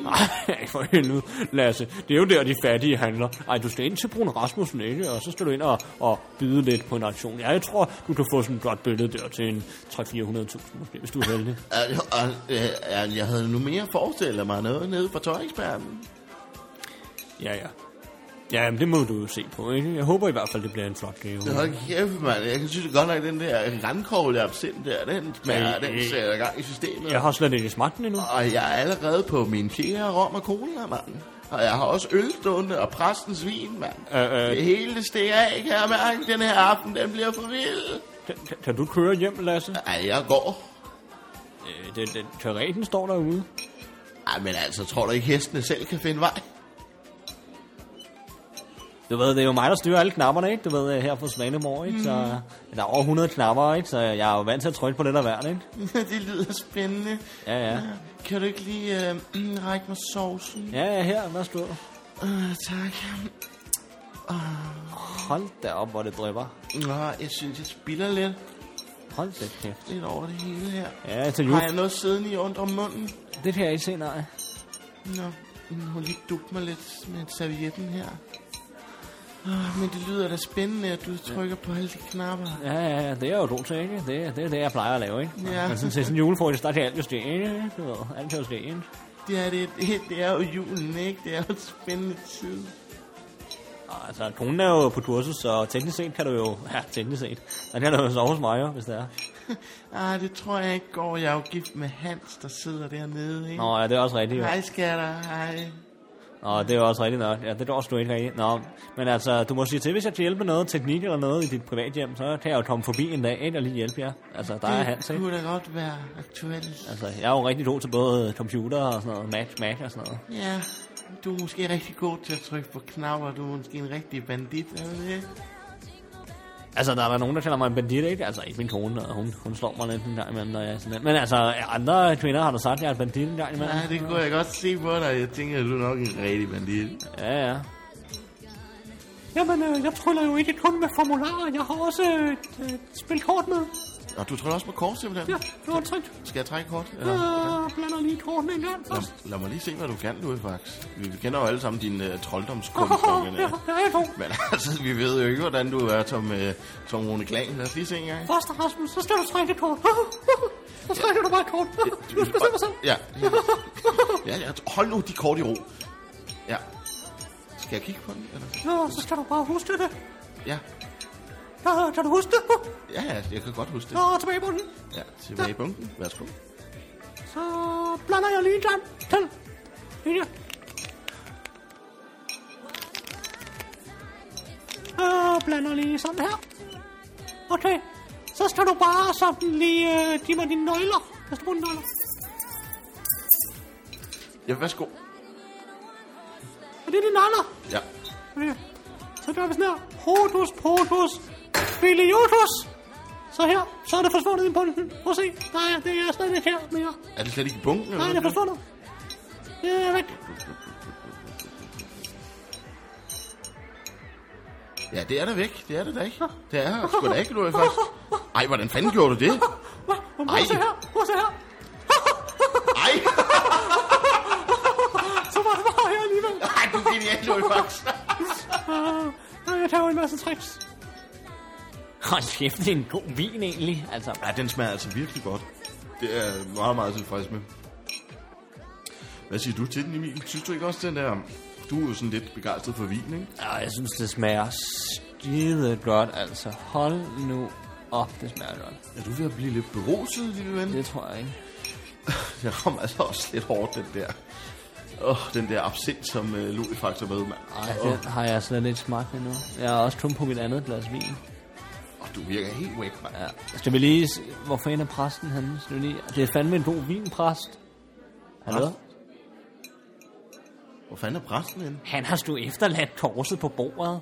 Speaker 2: Ej, for helvede, Lasse. Det er jo der, de fattige handler. Ej, du skal ind til Brun Rasmussen, ikke? Og så skal du ind og, og byde lidt på en aktion. Ja, jeg tror, du kan få sådan et godt billede der til en 300-400.000 måske, hvis du er heldig.
Speaker 3: Og, og, øh, øh, jeg havde nu mere forestillet mig noget nede fra tøjeksperten.
Speaker 2: Ja, ja. Ja, men det må du jo se på, ikke? Jeg håber i hvert fald, det bliver en flot gave.
Speaker 3: Det hold kæft, mand. Jeg synes godt nok, at den der randkogle absint der, den smager,
Speaker 2: Ej,
Speaker 3: den
Speaker 2: øh.
Speaker 3: sætter gang i systemet.
Speaker 2: Jeg har slet ikke smagt den endnu.
Speaker 3: Og jeg er allerede på min fjerde rom og cola, mand. Og jeg har også ølstående og præstens vin, mand.
Speaker 2: Øh, øh.
Speaker 3: Det hele det stikker af, kan jeg mærke. Den her aften, den bliver for vild.
Speaker 2: Kan- kan- Kan du køre hjem, Lasse?
Speaker 3: Ej, jeg går.
Speaker 2: Øh, Den, den, kareten står derude.
Speaker 3: Ej, men altså, tror du ikke, hestene selv kan finde vej? <laughs>
Speaker 2: Du ved, det er jo mig, der styrer alle knapperne, ikke? Du ved, øh, her på Svanemor, ikke? Så
Speaker 3: Mhm.
Speaker 2: der er over 100 knapper, ikke? Så jeg er jo vant til at trykke på det der værd, ikke?
Speaker 3: det lyder spændende.
Speaker 2: Ja, ja.
Speaker 3: Kan du ikke lige øh, <clears throat> række mig sovsen?
Speaker 2: Ja, ja, her, værsgo.
Speaker 3: Øh, tak.
Speaker 2: Hold da op, hvor det drypper.
Speaker 3: Nå, jeg synes, jeg spiller lidt,
Speaker 2: Hold da kæft.
Speaker 3: lidt over det hele her.
Speaker 2: Ja, til jul.
Speaker 3: Har jeg noget siddende i ondt om munden?
Speaker 2: Det kan jeg ikke se, nej.
Speaker 3: Nå, nu må lige dukke mig lidt med servietten her. Oh, men det lyder da spændende, at du trykker på alle de knapper.
Speaker 2: Ja, ja, ja, det er jeg jo god til, ikke? Det, er- det er det, jeg plejer at lave, ikke?
Speaker 3: Ja.
Speaker 2: Men sådan til sådan en julefrokost, der kan alt jo ske, ikke? Du ved, alt kan jo ske, ikke?
Speaker 3: Det er, det, <laughs> det, det er jo julen, ikke? Det er jo et spændende tid.
Speaker 2: Og Altså, konen er jo på kursus, så teknisk set kan du jo... Ja, teknisk set. Der kan du jo sove hos mig, jo, hvis det er.
Speaker 3: Ah, det tror jeg ikke går. Jeg er jo gift med Hans, der sidder dernede, ikke?
Speaker 2: Nå, ja, det er også rigtigt, jo.
Speaker 3: Hej, skatter. Hej.
Speaker 2: Nå, det er også rigtigt nok. Ja, det går sgu ikke rigtigt. Nå, men altså, du må sige til, hvis jeg kan hjælpe med noget teknik eller noget i dit privathjem, så kan jeg jo komme forbi en dag, ikke? Og lige hjælpe jer. Altså, der er Hans,
Speaker 3: Det
Speaker 2: ikke?
Speaker 3: kunne da godt være aktuelt.
Speaker 2: Altså, jeg er jo rigtig god til både computer og sådan noget, Mac, Mac og sådan noget.
Speaker 3: Ja, du er måske rigtig god til at trykke på knapper. Du er måske en rigtig bandit, er du det?
Speaker 2: Altså, der er der nogen, der kalder mig en bandit, ikke? Altså, ikke min kone, og hun, hun slår mig lidt en gang imellem, når jeg er sådan lidt. Men altså, andre kvinder har du sagt, at jeg er en bandit en gang imellem.
Speaker 3: Nej, det kunne jeg godt se på dig. Jeg tænker, du er nok en rigtig bandit.
Speaker 2: Ja, ja.
Speaker 4: Jamen, øh, jeg tryller jo ikke kun med formularer. Jeg har også øh, et, øh, et spil kort med.
Speaker 3: Nå, du trykker også på kort, simpelthen.
Speaker 5: Ja, det var trygt.
Speaker 3: Skal jeg trække kort? Eller? hvordan?
Speaker 5: Jeg blander lige kortene en gang først.
Speaker 3: Lad, lad mig lige se, hvad du kan, Louis Fax. Vi kender jo alle sammen din uh, trolddomskunst.
Speaker 5: Åh,
Speaker 3: <laughs> Duncan,
Speaker 5: ja,
Speaker 3: ja.
Speaker 5: jeg er god.
Speaker 3: Men altså, vi ved jo ikke, hvordan du er, Tom, uh, Tom Rune Klan. Lad os lige se en gang.
Speaker 5: Først, Rasmus, så skal du trække et kort. Så trækker du bare et kort. Du skal se mig selv.
Speaker 3: Ja. ja, ja. Hold nu de kort i ro. Ja. Skal jeg kigge på den? Eller?
Speaker 5: Nå, så skal du bare huske det.
Speaker 3: Ja.
Speaker 5: Ja, kan du huske det?
Speaker 3: Ja, ja, jeg kan godt huske det.
Speaker 5: Nå, tilbage i bunden.
Speaker 3: Ja, tilbage i bunken. Værsgo.
Speaker 5: Så blander jeg lige en gang til. Ja. Og blander lige sådan her. Okay. Så skal du bare sådan lige øh, give mig dine nøgler. Hvis du bruger dine nøgler.
Speaker 3: Ja, værsgo.
Speaker 5: Og det er dine nøgler.
Speaker 3: Ja.
Speaker 5: Okay. Så gør vi sådan her. Hodus, potus, filiotus. Så her, så er det forsvundet i bunden. Prøv at se. Nej, det er stadig ikke her mere.
Speaker 3: Er det slet ikke i bunken? Eller?
Speaker 5: Nej, det er
Speaker 3: hvad?
Speaker 5: forsvundet. Det er væk.
Speaker 3: Ja, det er da væk. Det er det da ikke. Det er her. sgu da ikke, Louis Fax. Ej, hvordan fanden gjorde <laughs> du det?
Speaker 5: Hva? Prøv at se
Speaker 3: Ej.
Speaker 5: her. Prøv at se her.
Speaker 3: Ej,
Speaker 5: <laughs> Så var det bare her alligevel.
Speaker 3: Ej du er genial, Louis Fax.
Speaker 5: Nej, jeg tager en masse tricks.
Speaker 4: Hold kæft, det er en god vin egentlig. Altså,
Speaker 3: Ja, den smager altså virkelig godt. Det er jeg meget, meget tilfreds med. Hvad siger du til den, Emil? Synes du ikke også, den der... Du er jo sådan lidt begejstret for vin, ikke?
Speaker 4: ja, jeg synes, det smager skide godt. Altså, hold nu op, det smager godt.
Speaker 3: Er du ved at blive lidt beruset, lille ven?
Speaker 4: Det tror
Speaker 3: <laughs>
Speaker 4: jeg ikke.
Speaker 3: Det rammer altså også lidt hårdt, den der... Åh, oh, den der absint, som uh, Louis faktisk har med, mand.
Speaker 4: Ej,
Speaker 3: Åh,
Speaker 4: den har jeg slet ikke smagt endnu. Jeg er også kun på mit andet glas vin.
Speaker 3: åh, du virker helt væk, mand.
Speaker 4: Ja. Skal vi lige... se, Hvor fanden er præsten henne? Skal vi lige... Det er fandme en god vinpræst. Hallo?
Speaker 3: Hvor fanden er præsten henne?
Speaker 4: Han har stået efterladt korset på bordet.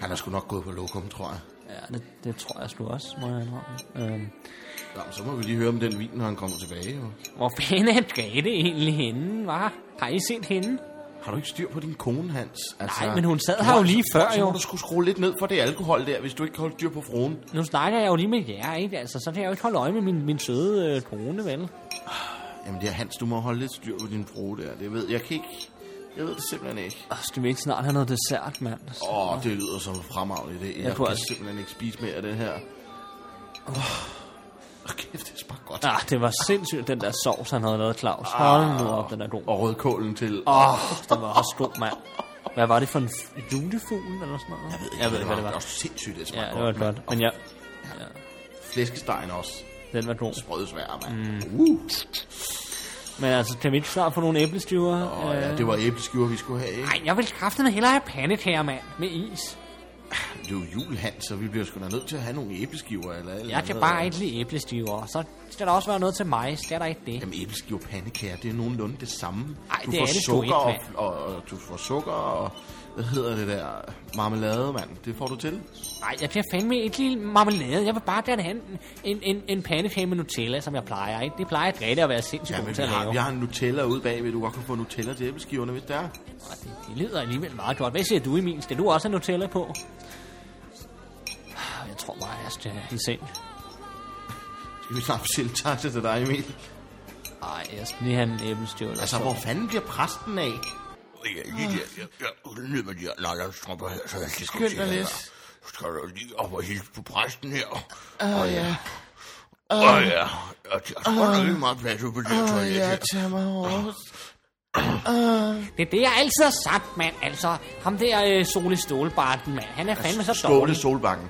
Speaker 3: Han er sgu nok gået på lokum, tror jeg.
Speaker 4: Ja, det, det tror jeg sgu også, må jeg indrømme. Øhm,
Speaker 3: Nå, men så må vi lige høre om den vin, når han kommer tilbage. Jo.
Speaker 4: hvor fanden er Grete egentlig henne, var? Har I set hende?
Speaker 3: Har du ikke styr på din kone, Hans? Altså,
Speaker 4: Nej, men hun sad her jo lige før,
Speaker 3: Så må
Speaker 4: jo.
Speaker 3: du skulle skrue lidt ned for det alkohol der, hvis du ikke kan holde styr på fruen.
Speaker 4: Nu snakker jeg jo lige med jer, ikke? Altså, så kan jeg jo ikke holde øje med min, min søde øh, kone, vel?
Speaker 3: Jamen det er Hans, du må holde lidt styr på din frue der. Det ved jeg kan ikke. Jeg ved det simpelthen ikke.
Speaker 4: Åh, skal vi ikke snart have noget dessert, mand?
Speaker 3: Åh, oh, det lyder som en fremragende idé. Jeg, jeg
Speaker 4: kunne
Speaker 3: kan
Speaker 4: også-
Speaker 3: simpelthen ikke spise mere af det her. Åh, oh, kæft, det smager godt.
Speaker 4: Ah, det var sindssygt, den der sovs, han havde lavet, Claus. Hold nu op, den er god.
Speaker 3: Og rødkålen til. Oh,
Speaker 4: Åh, oh, den var også god, mand. Hvad var det for en f- julefugl eller sådan noget? jeg ved ikke, hvad det var.
Speaker 3: Det er også sindssygt, det
Speaker 4: Ja,
Speaker 3: smager
Speaker 4: det var
Speaker 3: godt.
Speaker 4: godt. Men ja,
Speaker 3: Flæskestegen også.
Speaker 4: den var god.
Speaker 3: Brødsvær, mand. Mm. Uh.
Speaker 4: Men altså, kan vi ikke snart få nogle æbleskiver?
Speaker 3: Og
Speaker 4: Nej,
Speaker 3: ja, det var æbleskiver, vi skulle have, ikke?
Speaker 4: øh... jeg vil kraftedeme hellere have pandekager, mand. Med is.
Speaker 3: Det er jo jul, Hans, så vi bliver sgu da nødt til at have nogle æbleskiver. Eller, eller
Speaker 4: Jeg kan
Speaker 3: andet.
Speaker 4: bare ikke lide æblestiver. Så skal der også være noget til mig. Skal der ikke det?
Speaker 3: Jamen æbleskiver og pandekager, det er nogenlunde det samme.
Speaker 4: Ej,
Speaker 3: du
Speaker 4: det
Speaker 3: får
Speaker 4: er det sgu
Speaker 3: sukker
Speaker 4: ikke,
Speaker 3: og, og, og, du får sukker og, hvad hedder det der, marmelade, mand. Det får du til.
Speaker 4: Nej, jeg kan fandme ikke lide marmelade. Jeg vil bare gerne have en, en, en, en pandekage med Nutella, som jeg plejer. Ikke? Det plejer Grete at være sindssygt
Speaker 3: Ja,
Speaker 4: god
Speaker 3: men
Speaker 4: til
Speaker 3: vi
Speaker 4: at
Speaker 3: har,
Speaker 4: lave.
Speaker 3: vi har en Nutella ude bagved. Du kan godt kan få Nutella til æbleskiverne, hvis det er.
Speaker 4: Og det, det lyder alligevel meget godt. Hvad siger du, Emil? Skal du også have Nutella på? Ah, Jeg tror bare, jeg skal i seng.
Speaker 3: Skal vi snakke siltasse til dig, Emil?
Speaker 4: Ej, jeg skal lige have en æblestøvle.
Speaker 3: Altså, hvor fanden bliver præsten af?
Speaker 1: Ja, lige der. Jeg, jeg udnytter de her nylonstrømper her, så jeg kan
Speaker 3: Skynd dig lidt.
Speaker 1: Så skal du lige op og hilse på præsten her.
Speaker 3: Åh, oh, ja.
Speaker 1: Åh oh, ja, jeg tager sgu da lige meget plads ud på det her toilet her.
Speaker 3: tag mig hårdt.
Speaker 4: Det er det, jeg altid har sagt, mand. Altså, ham der øh, Sole Stålbarten, mand. Han er fandme så
Speaker 3: Skåle
Speaker 4: dårlig.
Speaker 3: solbakken.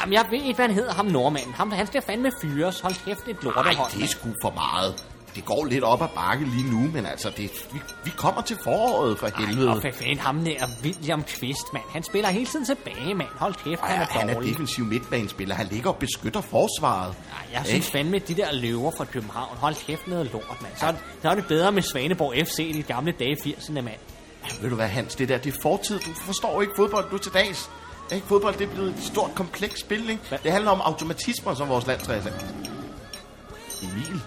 Speaker 4: Jamen, jeg ved ikke, hvad han hedder, ham nordmanden. Ham, han skal fandme fyres. Hold kæft, et
Speaker 3: Nej,
Speaker 4: lortehold.
Speaker 3: det er sgu for meget. Det går lidt op ad bakke lige nu, men altså, det, vi, vi kommer til foråret for helvede.
Speaker 4: Og for fanden, ham der William Kvist, mand. Han spiller hele tiden tilbage, mand. Hold kæft,
Speaker 3: Ej,
Speaker 4: han er
Speaker 3: han er
Speaker 4: dårlig.
Speaker 3: defensiv midtbanespiller. Han ligger og beskytter forsvaret.
Speaker 4: Ej, jeg synes fandme, at de der løver fra København, hold kæft noget lort, mand. Så, så er det bedre med Svaneborg FC i de gamle dage i 80'erne, mand.
Speaker 3: Ikke? Ved du hvad, Hans? Det der, det er fortid. Du forstår ikke fodbold nu til dags. Ikke? Fodbold, det er blevet et stort, komplekst spil, ikke?
Speaker 4: Hvad?
Speaker 3: Det handler om automatismer, som vores landstræner sagde. Emil,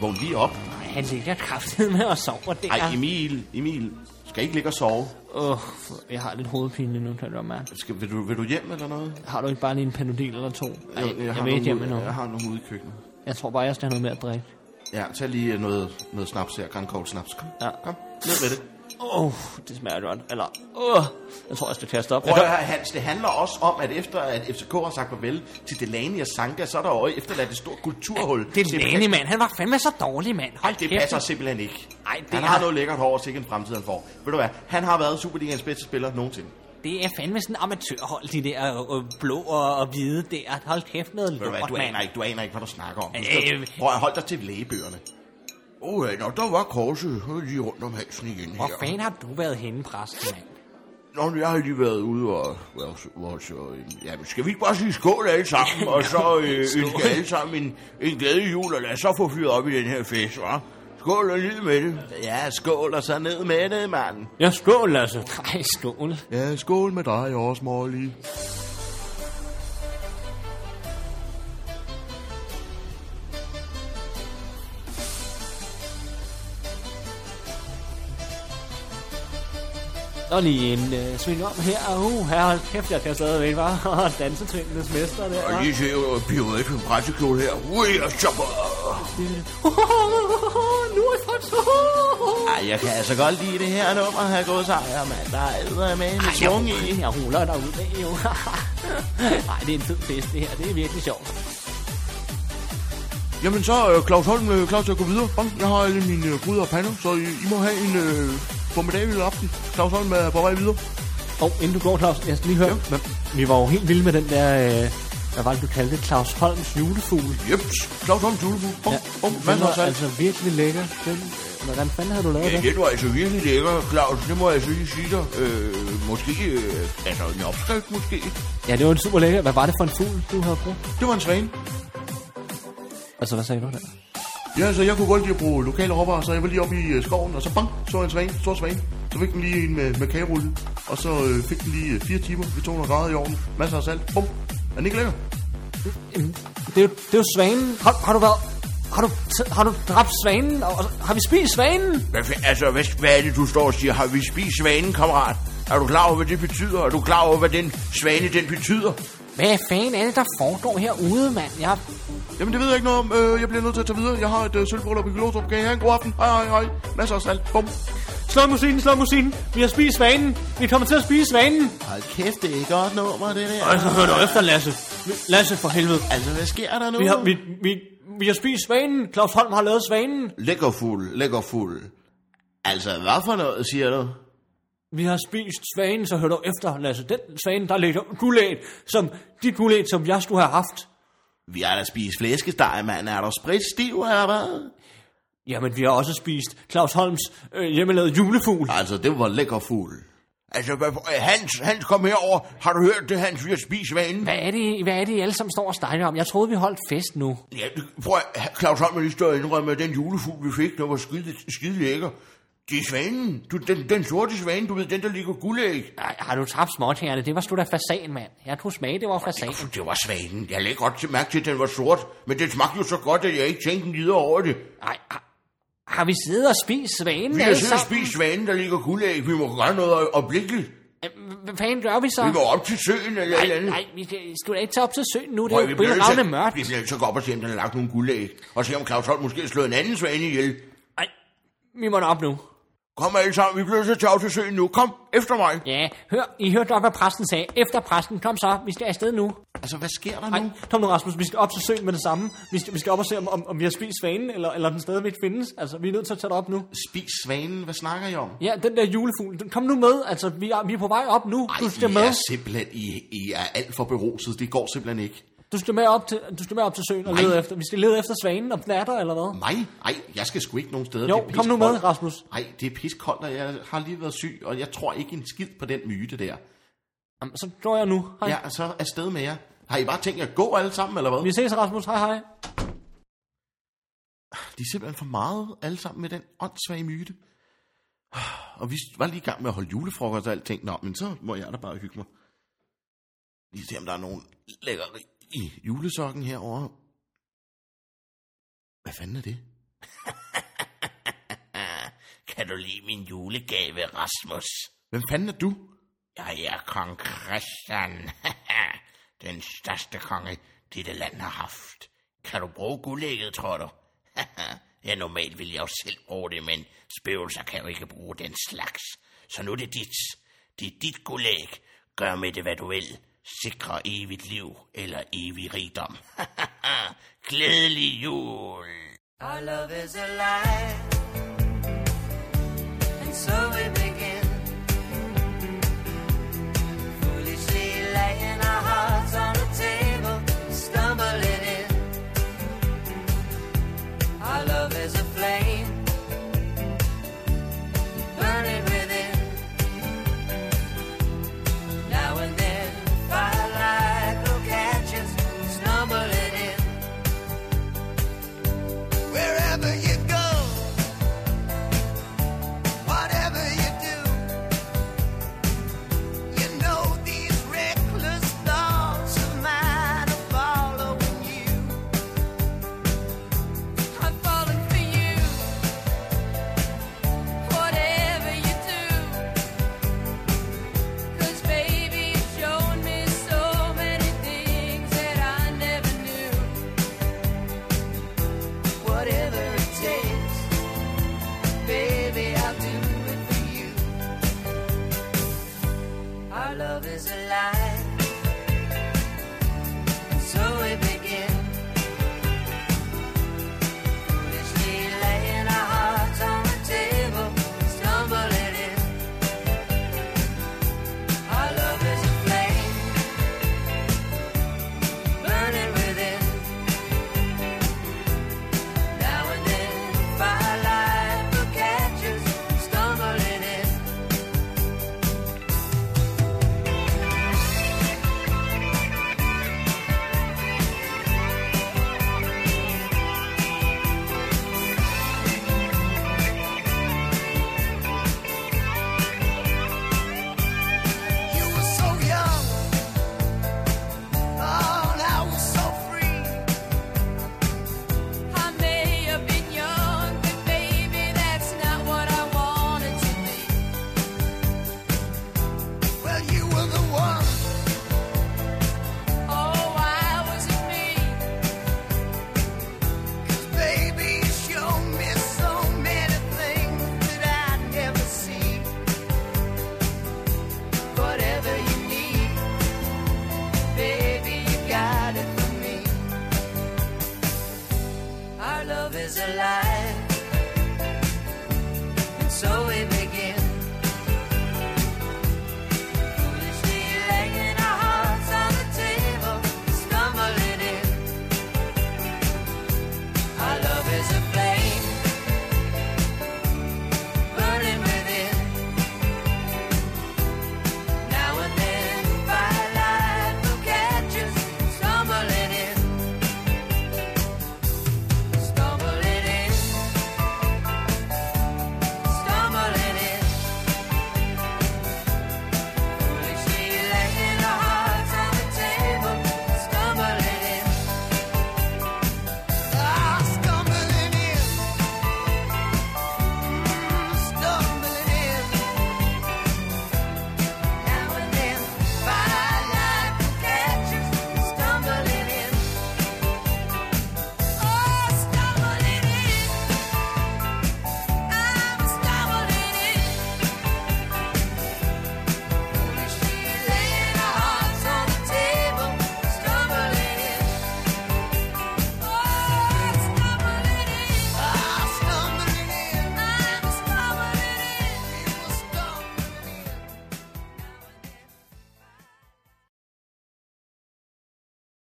Speaker 3: vågn lige op.
Speaker 4: Ej, han ligger kraftet med og sover der.
Speaker 3: Ej, Emil, Emil, skal ikke ligge og sove?
Speaker 4: Åh, for- jeg har lidt hovedpine lige nu, kan du mærke.
Speaker 3: Skal, vil, du, vil du hjem eller noget?
Speaker 4: Har du ikke bare lige en panodil eller to? Ej, jeg, jeg, jeg
Speaker 3: har
Speaker 4: vil
Speaker 3: nogle
Speaker 4: ikke hjem
Speaker 3: ude-
Speaker 4: endnu.
Speaker 3: Jeg har nogle ude i køkkenet.
Speaker 4: Jeg tror bare, jeg skal have noget mere at drikke.
Speaker 3: Ja, tag lige øh, noget, noget snaps her. Grand Cold snaps. Kom,
Speaker 4: Ja.
Speaker 3: kom. Ned med det.
Speaker 4: Åh, oh, det smager godt. Eller, åh, oh, jeg tror, jeg skal kaste op.
Speaker 3: Prøv at høre, Hans, det handler også om, at efter at FCK har sagt farvel til Delaney og Sanka, så er der jo efterladt et stort kulturhul.
Speaker 4: Det er Lani, mand. Han var fandme så dårlig, mand. Hold
Speaker 3: Ej, det passer simpelthen ikke.
Speaker 4: Ej, det
Speaker 3: han
Speaker 4: er-
Speaker 3: har noget lækkert hår, og sikkert en fremtid, han får. Ved du hvad, han har været Superligaens bedste spiller nogensinde.
Speaker 4: Det er fandme sådan amatørhold, de der øh, blå og, og hvide der. Hold kæft noget
Speaker 3: Ved du hvad,
Speaker 4: lort,
Speaker 3: du
Speaker 4: mand.
Speaker 3: aner ikke, du aner ikke, hvad du snakker om. Du
Speaker 4: Øh,
Speaker 3: skal,
Speaker 4: øh.
Speaker 3: prøv at holde dig til lægebøgerne.
Speaker 1: Åh, ja, nå, der var korset. Så er jeg lige rundt om halsen igen her.
Speaker 4: Hvor fanden har du været henne, præsten, mand?
Speaker 1: Nå, men jeg har lige været ude og... Hvor, hvor så... øh, Jamen, skal vi ikke bare sige skål alle
Speaker 3: <laughs>
Speaker 1: sammen, og så øh, ønske alle sammen en, en glædelig jul, og lad os så få fyret op i den her fest, hva'? Skål og lyd med det.
Speaker 3: Ja, skål og så ned med det, mand.
Speaker 4: Ja, skål, Lasse. Nej, skål.
Speaker 3: Ja, skål med dig også, Molly.
Speaker 4: Så lige en øh, sving om her. Uh, her, hold kæft, jeg kan stadigvæk
Speaker 2: <laughs>
Speaker 4: bare dansetrindenes mester der.
Speaker 1: Og lige se, hvor pivet på en pressekjole her. Ui, og så bare...
Speaker 4: nu er jeg så...
Speaker 3: Ej, jeg kan altså godt lide det her nummer, her gået sejr, mand. Der er æder med en svung i.
Speaker 4: Jeg ruller dig ud af, jo. <laughs> Nej, det er en fed fest, det her. Det er virkelig sjovt.
Speaker 1: Jamen så er Claus Holm øh, klar til at gå videre. Bang, jeg har alle mine øh, gryder og pander, så I, I må have en øh, formidabel aften. Claus Holm er på vej videre.
Speaker 4: Og oh, inden du går, Claus, jeg skal lige høre. Ja, men... Vi var jo helt vilde med den der... Øh, hvad var det, du kaldte det? Claus Holms julefugl.
Speaker 1: Jeps, Claus Holm julefugl. Bum,
Speaker 4: Ja,
Speaker 1: bum,
Speaker 4: den
Speaker 1: masser af
Speaker 4: var
Speaker 1: salt.
Speaker 4: altså virkelig lækker. Den, øh, hvordan fanden havde du lavet
Speaker 1: Ja,
Speaker 4: det?
Speaker 1: det var altså virkelig lækker, Claus. Det må jeg altså lige sige dig. Øh, måske, øh, altså en opskrift måske.
Speaker 4: Ja, det var en super lækker. Hvad var det for en fugl, du havde brugt?
Speaker 3: Det var en svane.
Speaker 4: Altså, hvad sagde du der?
Speaker 3: Ja, så jeg kunne godt lide at bruge lokale råvarer, så jeg var lige oppe i øh, skoven, og så bang, så en svane, stor svane. Så fik den lige en med, med kagerulle, og så øh, fik den lige øh, fire timer ved 200 grader i ovnen. Masser af salt. Bum. Er den ikke lækker?
Speaker 4: Jamen, Det er jo, det er jo svanen. Har, har du været... Har du, har du dræbt svanen? Og, og, har vi spist svanen?
Speaker 1: Hvad, fa- altså, hvad, hvad er det, du står og siger? Har vi spist svanen, kammerat? Er du klar over, hvad det betyder? Er du klar over, hvad den svane, den betyder?
Speaker 4: Hvad fanden er det, der foregår herude, mand? Jeg,
Speaker 3: Jamen, det ved jeg ikke noget om. Øh, jeg bliver nødt til at tage videre. Jeg har et øh, sølvbrøllup i Glostrup. Kan I have en god aften? Hej, hej, hej. Masser af salt. Bum.
Speaker 4: Slå musinen, slå musinen. Vi har spist svanen. Vi kommer til at spise svanen.
Speaker 3: Hold kæft, det er et godt nummer, det der.
Speaker 4: Altså, hør nu efter, Lasse. Vi- Lasse, for helvede.
Speaker 3: Altså, hvad sker der nu?
Speaker 4: Vi har, vi, vi, vi har spist svanen. Claus Holm har lavet svanen.
Speaker 3: Lækker fuld, lækker fuld. Altså, hvad for noget, siger du?
Speaker 4: Vi har spist svanen, så hør du efter, Lasse. Den svane, der ligger gulæt, som de gulæt, som jeg skulle have haft.
Speaker 3: Vi har da spist flæskesteg, mand. Er du spritstiv, eller hvad?
Speaker 4: Jamen, vi har også spist Claus Holms øh, hjemmelavede julefugl.
Speaker 3: Altså, det var lækker fugl.
Speaker 1: Altså, hvad, for- øh, Hans, Hans, kom herover. Har du hørt det, Hans? Vi har spist svanen.
Speaker 4: Hvad er det, hvad er det I alle sammen står og snakker om? Jeg troede, vi holdt fest nu.
Speaker 1: Ja, det- prøv at, Claus Holm er lige stået og indrømme, at den julefugl, vi fik, den var skide, skide lækker. Det er svanen. Du, den, den sorte svane, du ved, den der ligger guldæg.
Speaker 4: Ej, har du tabt småtærne? Det var sgu da fasan, mand. Jeg kunne smage, det var fasan.
Speaker 1: Pff, Det var svanen. Jeg lagde godt til mærke til, at den var sort. Men den smagte jo så godt, at jeg ikke tænkte videre over det.
Speaker 4: Ej, har, har vi siddet og spist svanen
Speaker 1: Vi har
Speaker 4: alle
Speaker 1: siddet og
Speaker 4: sammen?
Speaker 1: spist svanen, der ligger guldæg. Vi må gøre noget øjeblikkeligt.
Speaker 4: Øh, Hvad fanden gør vi så?
Speaker 1: Vi må op til søen eller et eller andet.
Speaker 4: Nej, vi skal, skal da ikke tage op til søen nu. Det
Speaker 1: Prøv,
Speaker 4: er
Speaker 1: vi
Speaker 4: jo
Speaker 1: bliver nødt til-
Speaker 4: billedragende mørkt.
Speaker 1: Vi bliver nødt til at gå op og se, om den har lagt nogle guldæg. Og se, om Claus Holm måske har slået en anden svane ihjel.
Speaker 4: Ej, vi må da op nu.
Speaker 1: Kom alle sammen, vi bliver nødt til at tage op til søen nu. Kom, efter mig.
Speaker 4: Ja, hør, I hørte nok, hvad præsten sagde. Efter præsten, kom så, vi skal afsted nu.
Speaker 3: Altså, hvad sker der
Speaker 4: Nej,
Speaker 3: nu?
Speaker 4: kom nu Rasmus, vi skal op til søen med det samme. Vi skal, vi skal op og se, om, om, om vi har spist svanen, eller, eller den stadigvæk findes. Altså, vi er nødt til at tage det op nu.
Speaker 3: Spis svanen, hvad snakker I om?
Speaker 4: Ja, den der julefugl, den, kom nu med. Altså, vi er, vi er på vej op nu. Ej, du skal
Speaker 3: I
Speaker 4: med.
Speaker 3: er simpelthen, I, I er alt for beruset. Det går simpelthen ikke.
Speaker 4: Du skal med op til, du skal med op til søen og
Speaker 3: Nej.
Speaker 4: lede efter. Vi skal lede efter svanen, om den er der, eller hvad?
Speaker 3: Nej, nej, jeg skal sgu ikke nogen steder.
Speaker 4: Jo,
Speaker 3: Det er
Speaker 4: kom nu med,
Speaker 3: piskoldt.
Speaker 4: Rasmus.
Speaker 3: Nej, det er piskoldt, og jeg har lige været syg, og jeg tror ikke en skid på den myte der.
Speaker 4: Jamen, så går jeg nu. Hej.
Speaker 3: Jeg er så afsted med jer. Har I bare tænkt jer at gå alle sammen, eller hvad?
Speaker 4: Vi ses, Rasmus. Hej, hej.
Speaker 3: De er simpelthen for meget alle sammen med den åndssvage myte. Og vi var lige i gang med at holde julefrokost og alting. Nå, men så må jeg da bare hygge mig. Lige se, om der er nogen lækkeri i julesokken herovre. Hvad fanden er det?
Speaker 1: <laughs> Kan du lide min julegave, Rasmus?
Speaker 3: Hvem fanden er du?
Speaker 1: Jeg er kong Christian. <laughs> Den største konge, dette land har haft. Kan du bruge guldægget, tror du? <laughs> ja, normalt vil jeg jo selv bruge det, men spøgelser kan jo ikke bruge den slags. Så nu er det dit. Det er dit guldæg. Gør med det, hvad du vil. Sikre evigt liv eller evig rigdom. <laughs> Glædelig jul!
Speaker 6: Our love is alive, and so it may